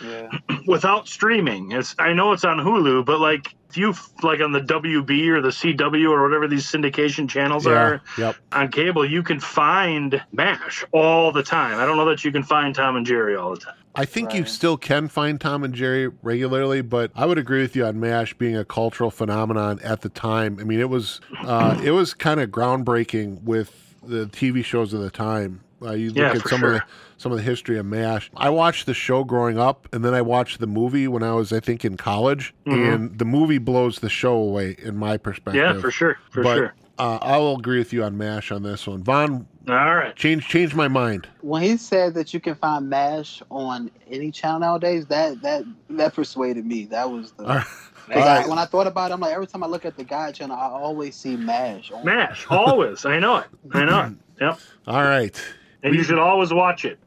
Speaker 4: True. Yeah.
Speaker 3: without streaming. It's I know it's on Hulu, but like if you like on the WB or the CW or whatever these syndication channels
Speaker 1: Yeah.
Speaker 3: are
Speaker 1: Yep.
Speaker 3: on cable, you can find MASH all the time. I don't know that you can find Tom and Jerry all the time.
Speaker 1: I think you
Speaker 4: Right.
Speaker 1: still can find Tom and Jerry regularly, but I would agree with you on Mash being a cultural phenomenon at the time. I mean, it was uh, it was kind of groundbreaking with the TV shows of the time. Uh, you look
Speaker 3: Yeah,
Speaker 1: at
Speaker 3: for
Speaker 1: some of the,
Speaker 3: sure.
Speaker 1: some of the history of Mash. I watched the show growing up, and then I watched the movie when I was, I think, in college.
Speaker 3: Mhm.
Speaker 1: And the movie blows the show away, in my perspective.
Speaker 3: Yeah, for sure, for
Speaker 1: but,
Speaker 3: sure.
Speaker 1: Uh, I'll agree with you on Mash on this one. Vaughn,
Speaker 3: All right.
Speaker 1: change change my mind.
Speaker 4: When he said that you can find Mash on any channel nowadays, that that that persuaded me. That was the.
Speaker 1: All right.
Speaker 4: 'cause
Speaker 1: All
Speaker 4: I-
Speaker 1: right.
Speaker 4: when I thought about it, I'm like, every time I look at the guy channel, I always see Mash. On.
Speaker 3: MASH always. I know it. I know it. Yep.
Speaker 1: All right.
Speaker 3: And you should always watch it.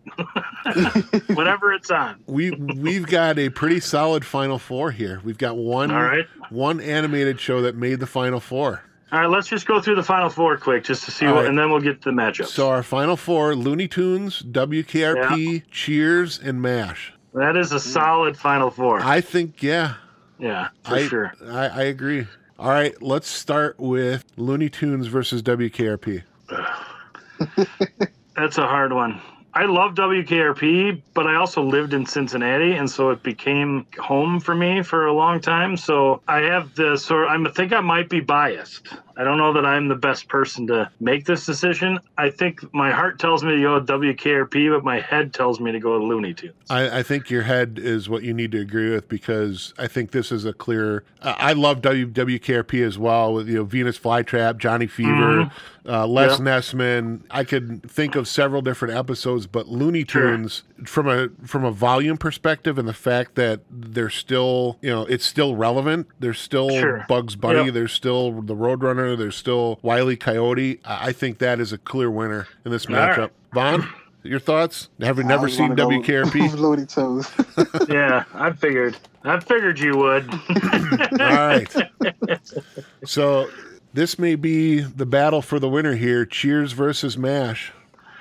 Speaker 3: Whenever it's on.
Speaker 1: we we've got a pretty solid final four here. We've got one
Speaker 3: All right.
Speaker 1: one animated show that made the final four.
Speaker 3: All right, let's just go through the final four quick just to see
Speaker 1: All
Speaker 3: what
Speaker 1: right.
Speaker 3: and then we'll get to the matchups.
Speaker 1: So our final four: Looney Tunes, WKRP, Cheers, and Mash.
Speaker 3: that is a solid final four.
Speaker 1: I think yeah,
Speaker 3: yeah, for
Speaker 1: I,
Speaker 3: sure.
Speaker 1: I I agree. All right, let's start with Looney Tunes versus WKRP.
Speaker 3: That's a hard one. I love WKRP, but I also lived in Cincinnati, and so it became home for me for a long time. So I have the sort. I'm- I think I might be biased. I don't know that I'm the best person to make this decision. I think my heart tells me to go with WKRP, but my head tells me to go to Looney Tunes.
Speaker 1: I, I think your head is what you need to agree with because I think this is a clear. Uh, I love w, WKRP as well with you know Venus Flytrap, Johnny Fever,
Speaker 3: Mm-hmm.
Speaker 1: uh, Les Nessman. I could think of several different episodes, but Looney
Speaker 3: Sure.
Speaker 1: Tunes from a from a volume perspective and the fact that they're still you know it's still relevant. There's still
Speaker 3: Sure.
Speaker 1: Bugs Bunny.
Speaker 3: Yep.
Speaker 1: There's still the Roadrunner. There's still Wiley Coyote. I, I think that is a clear winner in this matchup.
Speaker 3: right.
Speaker 1: Vaughn, your thoughts? Have you
Speaker 4: I
Speaker 1: never
Speaker 4: was
Speaker 1: seen
Speaker 4: gonna go
Speaker 1: WKRP?
Speaker 4: with Looney Tunes.
Speaker 3: yeah, I figured. I figured you would.
Speaker 1: All right. So this may be the battle for the winner here. Cheers versus Mash.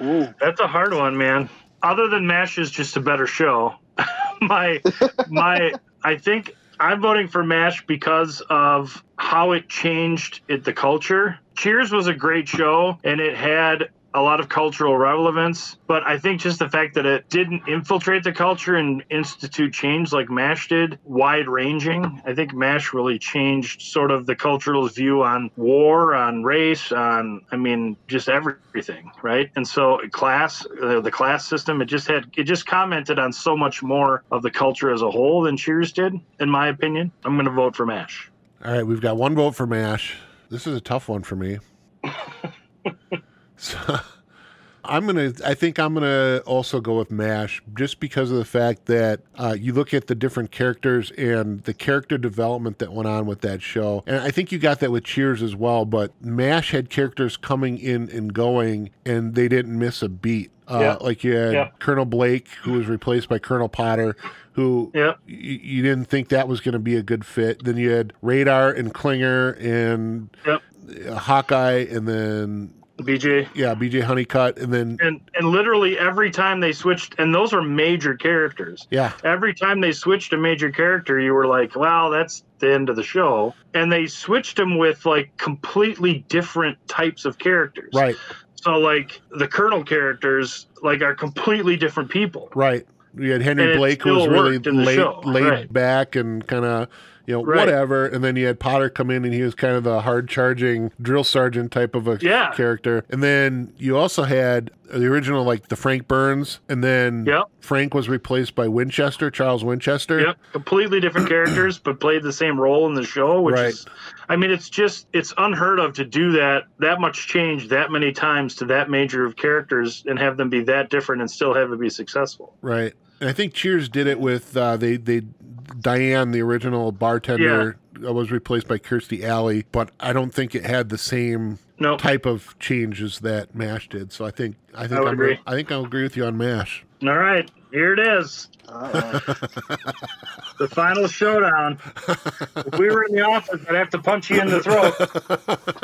Speaker 4: Ooh.
Speaker 3: That's a hard one, man. Other than Mash is just a better show. my my I think I'm voting for Mash because of how it changed it the culture. Cheers was a great show and it had a lot of cultural relevance. But I think just the fact that it didn't infiltrate the culture and institute change like MASH did, wide ranging, I think MASH really changed sort of the cultural view on war, on race, on, I mean, just everything, right? And so class, uh, the class system, it just had, it just commented on so much more of the culture as a whole than Cheers did, in my opinion. I'm going to vote for MASH.
Speaker 1: All right, we've got one vote for MASH. This is a tough one for me. so I'm gonna. I think I'm gonna also go with Mash, just because of the fact that uh, you look at the different characters and the character development that went on with that show, and I think you got that with Cheers as well. But Mash had characters coming in and going, and they didn't miss a beat. Uh,
Speaker 3: Yeah.
Speaker 1: Like you had
Speaker 3: Yeah.
Speaker 1: Colonel Blake, who was replaced by Colonel Potter, who
Speaker 3: Yeah.
Speaker 1: y- you didn't think that was going to be a good fit. Then you had Radar and Klinger and
Speaker 3: Yep.
Speaker 1: Hawkeye, and then
Speaker 3: BJ,
Speaker 1: yeah, BJ Honeycutt, and then
Speaker 3: and and literally every time they switched and those were major characters
Speaker 1: yeah,
Speaker 3: every time they switched a major character you were like wow that's the end of the show and they switched them with like completely different types of characters
Speaker 1: right,
Speaker 3: so like the colonel characters like are completely different people
Speaker 1: right. You had Henry
Speaker 3: And it
Speaker 1: Blake, who was
Speaker 3: still
Speaker 1: really
Speaker 3: worked in the
Speaker 1: laid,
Speaker 3: show,
Speaker 1: laid
Speaker 3: right.
Speaker 1: back and kind of you know
Speaker 3: Right.
Speaker 1: whatever, and then you had Potter come in, and he was kind of the hard charging drill sergeant type of a
Speaker 3: Yeah.
Speaker 1: character, and then you also had the original like the Frank Burns, and then
Speaker 3: Yep.
Speaker 1: Frank was replaced by Winchester, Charles Winchester.
Speaker 3: Yep, completely different characters, but played the same role in the show, which
Speaker 1: Right.
Speaker 3: is, I mean, it's just it's unheard of to do that that much change that many times to that major of characters and have them be that different and still have it be successful.
Speaker 1: Right. And I think Cheers did it with uh, they they Diane, the original bartender, uh was replaced by Kirstie Alley, but I don't think it had the same
Speaker 3: No,
Speaker 1: type of changes that Mash did. So I think I think
Speaker 3: would
Speaker 1: I'm,
Speaker 3: agree.
Speaker 1: I think I'll agree with you on Mash.
Speaker 3: all right, here it is,
Speaker 4: Uh-oh.
Speaker 3: the final showdown. if we were in the office, I'd have to punch you in the throat.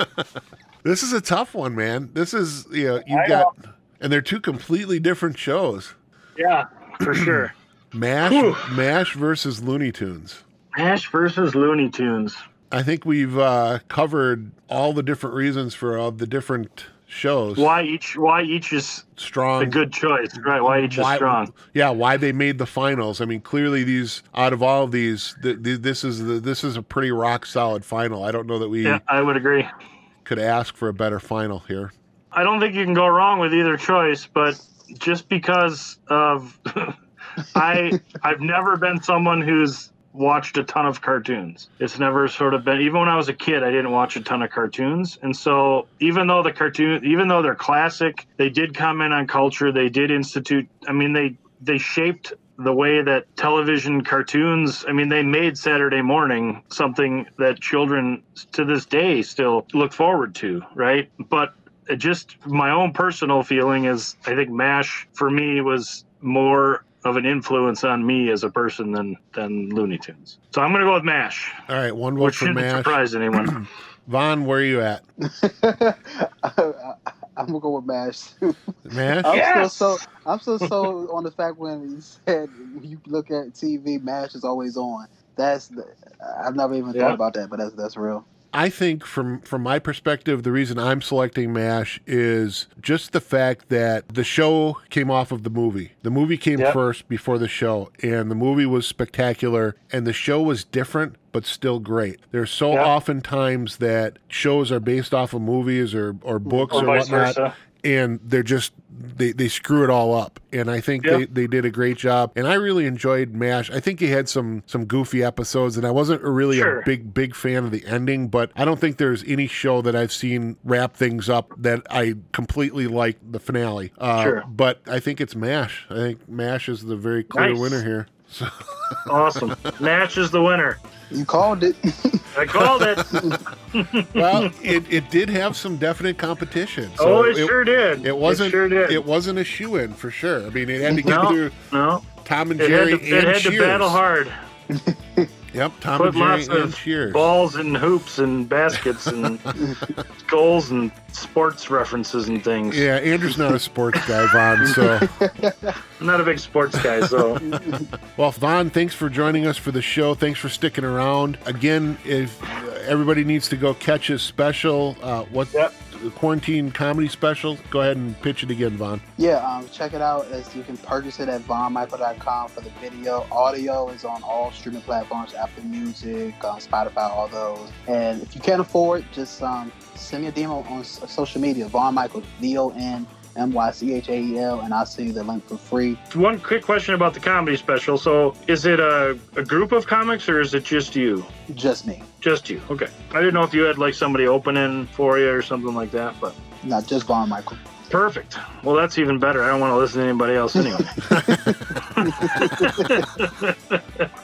Speaker 1: This is a tough one, man. This is you know you've
Speaker 3: I know.
Speaker 1: got and they're two completely different shows.
Speaker 3: Yeah, for sure.
Speaker 1: Mash
Speaker 3: Whew.
Speaker 1: Mash versus Looney Tunes.
Speaker 3: Ash versus Looney Tunes.
Speaker 1: I think we've uh, covered all the different reasons for all the different shows.
Speaker 3: Why each? Why each is
Speaker 1: Strong
Speaker 3: a good choice, right? Why each is strong?
Speaker 1: Yeah, why they made the finals. I mean, clearly these out of all of these, th- th- this is the, this is a pretty rock solid final. I don't know that we
Speaker 3: Yeah, I would agree.
Speaker 1: could ask for a better final here.
Speaker 3: I don't think you can go wrong with either choice, but just because of I I've never been someone who's watched a ton of cartoons. It's never sort of been even when I was a kid I didn't watch a ton of cartoons. And so even though the cartoon even though they're classic, they did comment on culture, they did institute I mean they they shaped the way that television cartoons i mean they made saturday morning something that children to this day still look forward to right but it just my own personal feeling is I think MASH for me was more of an influence on me as a person than than Looney Tunes. So I'm gonna go with MASH,
Speaker 1: All right, one vote
Speaker 3: which
Speaker 1: for
Speaker 3: shouldn't
Speaker 1: Mash.
Speaker 3: surprise anyone.
Speaker 1: Vaughn, where are you at?
Speaker 4: I, am gonna go with Mash too.
Speaker 1: Mash.
Speaker 4: I'm
Speaker 3: Yes!
Speaker 4: still so I'm still so on the fact when you said you look at TV, Mash is always on. That's the, I've never even
Speaker 3: Yeah.
Speaker 4: thought about that, but that's that's real.
Speaker 1: I think from from my perspective, the reason I'm selecting Mash is just the fact that the show came off of the movie. The movie came
Speaker 3: Yep.
Speaker 1: first before the show, and the movie was spectacular, and the show was different but still great. There's so
Speaker 3: Yep.
Speaker 1: often times that shows are based off of movies or or books or,
Speaker 3: or vice
Speaker 1: whatnot,
Speaker 3: versa.
Speaker 1: and they're just they, they screw it all up and i think
Speaker 3: Yeah.
Speaker 1: they, they did a great job and i really enjoyed mash i think he had some some goofy episodes and i wasn't really
Speaker 3: Sure.
Speaker 1: a big big fan of the ending but i don't think there's any show that i've seen wrap things up that i completely like the finale uh,
Speaker 3: Sure.
Speaker 1: but i think it's mash i think mash is the very clear
Speaker 3: Nice.
Speaker 1: winner here so
Speaker 3: Awesome. MASH is the winner.
Speaker 4: You called it.
Speaker 3: I called it.
Speaker 1: well it, it did have some definite competition so
Speaker 3: oh, it, sure did.
Speaker 1: it wasn't
Speaker 3: It sure did.
Speaker 1: it wasn't a shoe in for sure. I mean, it had to get
Speaker 3: No.
Speaker 1: through
Speaker 3: no,
Speaker 1: Tom and
Speaker 3: it had
Speaker 1: Jerry
Speaker 3: to, it
Speaker 1: and
Speaker 3: had to
Speaker 1: Cheers.
Speaker 3: battle hard.
Speaker 1: Yep, Tom
Speaker 3: Put
Speaker 1: and Jerry
Speaker 3: lots
Speaker 1: and
Speaker 3: of
Speaker 1: Cheers.
Speaker 3: balls and hoops and baskets and goals and sports references and things.
Speaker 1: Yeah, Andrew's not a sports guy, Vaughn. So,
Speaker 3: I'm not a big sports guy, so
Speaker 1: well, Vaughn, thanks for joining us for the show. Thanks for sticking around. Again, if uh, everybody needs to go catch his special, uh, what
Speaker 3: Yep.
Speaker 1: quarantine comedy special. Go ahead and pitch it again, Vaughn.
Speaker 4: Yeah, um, check it out. As you can purchase it at VonMichael.com for the video. Audio is on all streaming platforms, Apple Music, um, Spotify, all those. And if you can't afford, just um, send me a DM on, on s- uh, social media, Von Michael, V-O-N. M Y C H A E L, and I'll send you the link for free.
Speaker 3: One quick question about the comedy special. So, is it a, a group of comics or is it just you?
Speaker 4: Just me,
Speaker 3: Just you. Okay. I didn't know if you had like somebody opening for you or something like that, but
Speaker 4: not just Von Michael.
Speaker 3: perfect. Well, that's even better. I don't want to listen to anybody else anyway.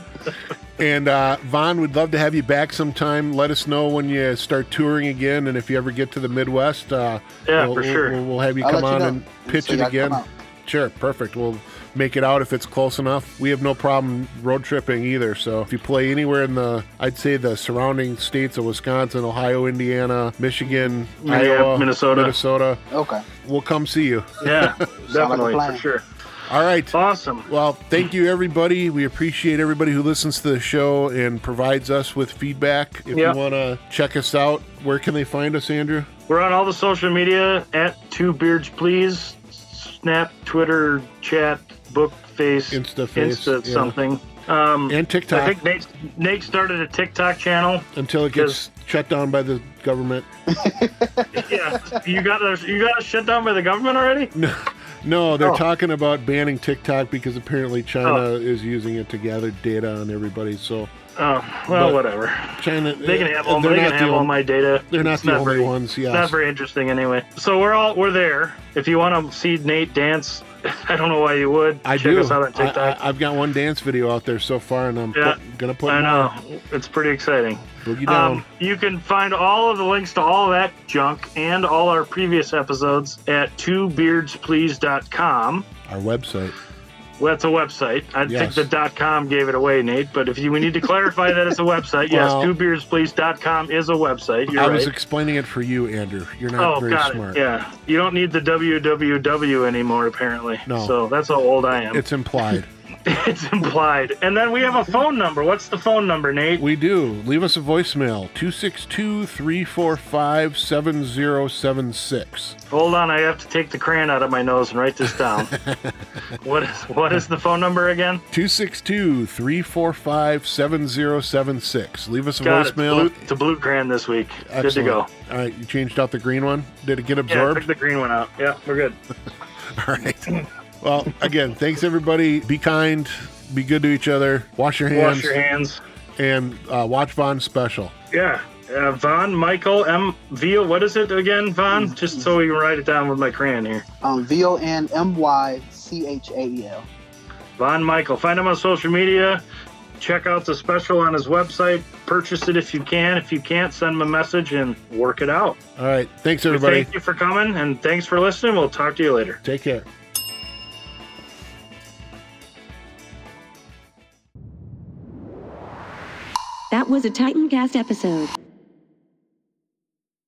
Speaker 1: And uh, Vaughn, would love to have you back sometime. Let us know when you start touring again, and if you ever get to the Midwest, uh,
Speaker 3: Yeah,
Speaker 1: we'll,
Speaker 3: for sure.
Speaker 1: We'll, we'll have you
Speaker 4: I'll
Speaker 1: come
Speaker 4: let you
Speaker 1: on
Speaker 4: know.
Speaker 1: and pitch
Speaker 4: So
Speaker 1: it
Speaker 4: y'all come
Speaker 1: again.
Speaker 4: out.
Speaker 1: Sure, perfect. We'll make it out if it's close enough. We have no problem road tripping either. So if you play anywhere in the, I'd say the surrounding states of Wisconsin, Ohio, Indiana, Michigan,
Speaker 3: Yeah,
Speaker 1: Iowa,
Speaker 3: Minnesota.
Speaker 1: Minnesota,
Speaker 4: Okay.
Speaker 1: we'll come see you.
Speaker 3: Yeah,
Speaker 4: like a
Speaker 3: definitely. For
Speaker 4: plan.
Speaker 3: sure.
Speaker 1: All right.
Speaker 3: Awesome.
Speaker 1: Well, thank you, everybody. We appreciate everybody who listens to the show and provides us with feedback. If
Speaker 3: Yeah.
Speaker 1: you want to check us out, where can they find us, Andrew?
Speaker 3: We're on all the social media at Two Beards Please, Snap, Twitter, Chat, Book, Face,
Speaker 1: Insta face,
Speaker 3: Insta
Speaker 1: yeah.
Speaker 3: something. Um,
Speaker 1: And TikTok
Speaker 3: I think Nate Nate started a TikTok channel.
Speaker 1: until it gets shut down by the government.
Speaker 3: Yeah, you got a, you got shut down by the government already.
Speaker 1: No, they're
Speaker 3: Oh.
Speaker 1: talking about banning TikTok because apparently China is using it to gather data on everybody. So
Speaker 3: Oh well,
Speaker 1: But-
Speaker 3: whatever.
Speaker 1: China,
Speaker 3: They can have
Speaker 1: uh,
Speaker 3: all,
Speaker 1: they're
Speaker 3: they can
Speaker 1: not
Speaker 3: have
Speaker 1: the
Speaker 3: all
Speaker 1: only,
Speaker 3: my data.
Speaker 1: They're not
Speaker 3: It's
Speaker 1: the only
Speaker 3: very-
Speaker 1: ones.
Speaker 3: it's
Speaker 1: Yes.
Speaker 3: Not very interesting anyway. So we're all we're there. If you want to see Nate dance, I don't know why you would.
Speaker 1: I
Speaker 3: Check
Speaker 1: do.
Speaker 3: us out on TikTok.
Speaker 1: I, I, have got one dance video out there so far, and I'm
Speaker 3: Yeah.
Speaker 1: put, gonna put
Speaker 3: I
Speaker 1: more.
Speaker 3: know it's pretty exciting.
Speaker 1: Boogie down.
Speaker 3: Um, you can find all of the links to all that junk and all our previous episodes at twobeardsplease.com.
Speaker 1: Our website.
Speaker 3: Well, that's a website. I
Speaker 1: Yes.
Speaker 3: think the .com gave it away, Nate. But if you, we need to clarify that it's a website, yes,
Speaker 1: Well-
Speaker 3: twobeardsplease.com is a website. You're
Speaker 1: I
Speaker 3: right.
Speaker 1: was explaining it for you, Andrew. You're not
Speaker 3: oh,
Speaker 1: very
Speaker 3: got
Speaker 1: smart.
Speaker 3: it. Yeah, you don't need the www anymore, apparently.
Speaker 1: No.
Speaker 3: So that's how old I am.
Speaker 1: It's implied.
Speaker 3: it's implied. And then we have a phone number. What's the phone number, Nate?
Speaker 1: we do. Leave us a voicemail 262 345 7076.
Speaker 3: Hold on, I have to take the crayon out of my nose and write this down. what is what is the phone number again?
Speaker 1: 262 345 7076. Leave us a
Speaker 3: Got
Speaker 1: voicemail.
Speaker 3: it. It's blue, it's a blue crayon this week. Good to
Speaker 1: Excellent.
Speaker 3: go.
Speaker 1: All right, you changed out the green one. Did it get
Speaker 3: Yeah, I
Speaker 1: absorbed?
Speaker 3: took the green one out. Yeah, we're good.
Speaker 1: All right. Well, again, thanks everybody. Be kind, be good to each other, wash your hands,
Speaker 3: Wash your hands.
Speaker 1: and uh, watch Von Special.
Speaker 3: Yeah. Uh, Von Michael M. V. What is it again, Von? Just so we can write it down with my crayon here.
Speaker 4: Um, V O N M Y C H A E L.
Speaker 3: Von Michael. Find him on social media. Check out the special on his website. Purchase it if you can. If you can't, send him a message and work it out.
Speaker 1: All right, thanks everybody.
Speaker 3: Thank you for coming and thanks for listening. We'll talk to you later.
Speaker 1: Take care.
Speaker 5: That was a Titancast episode.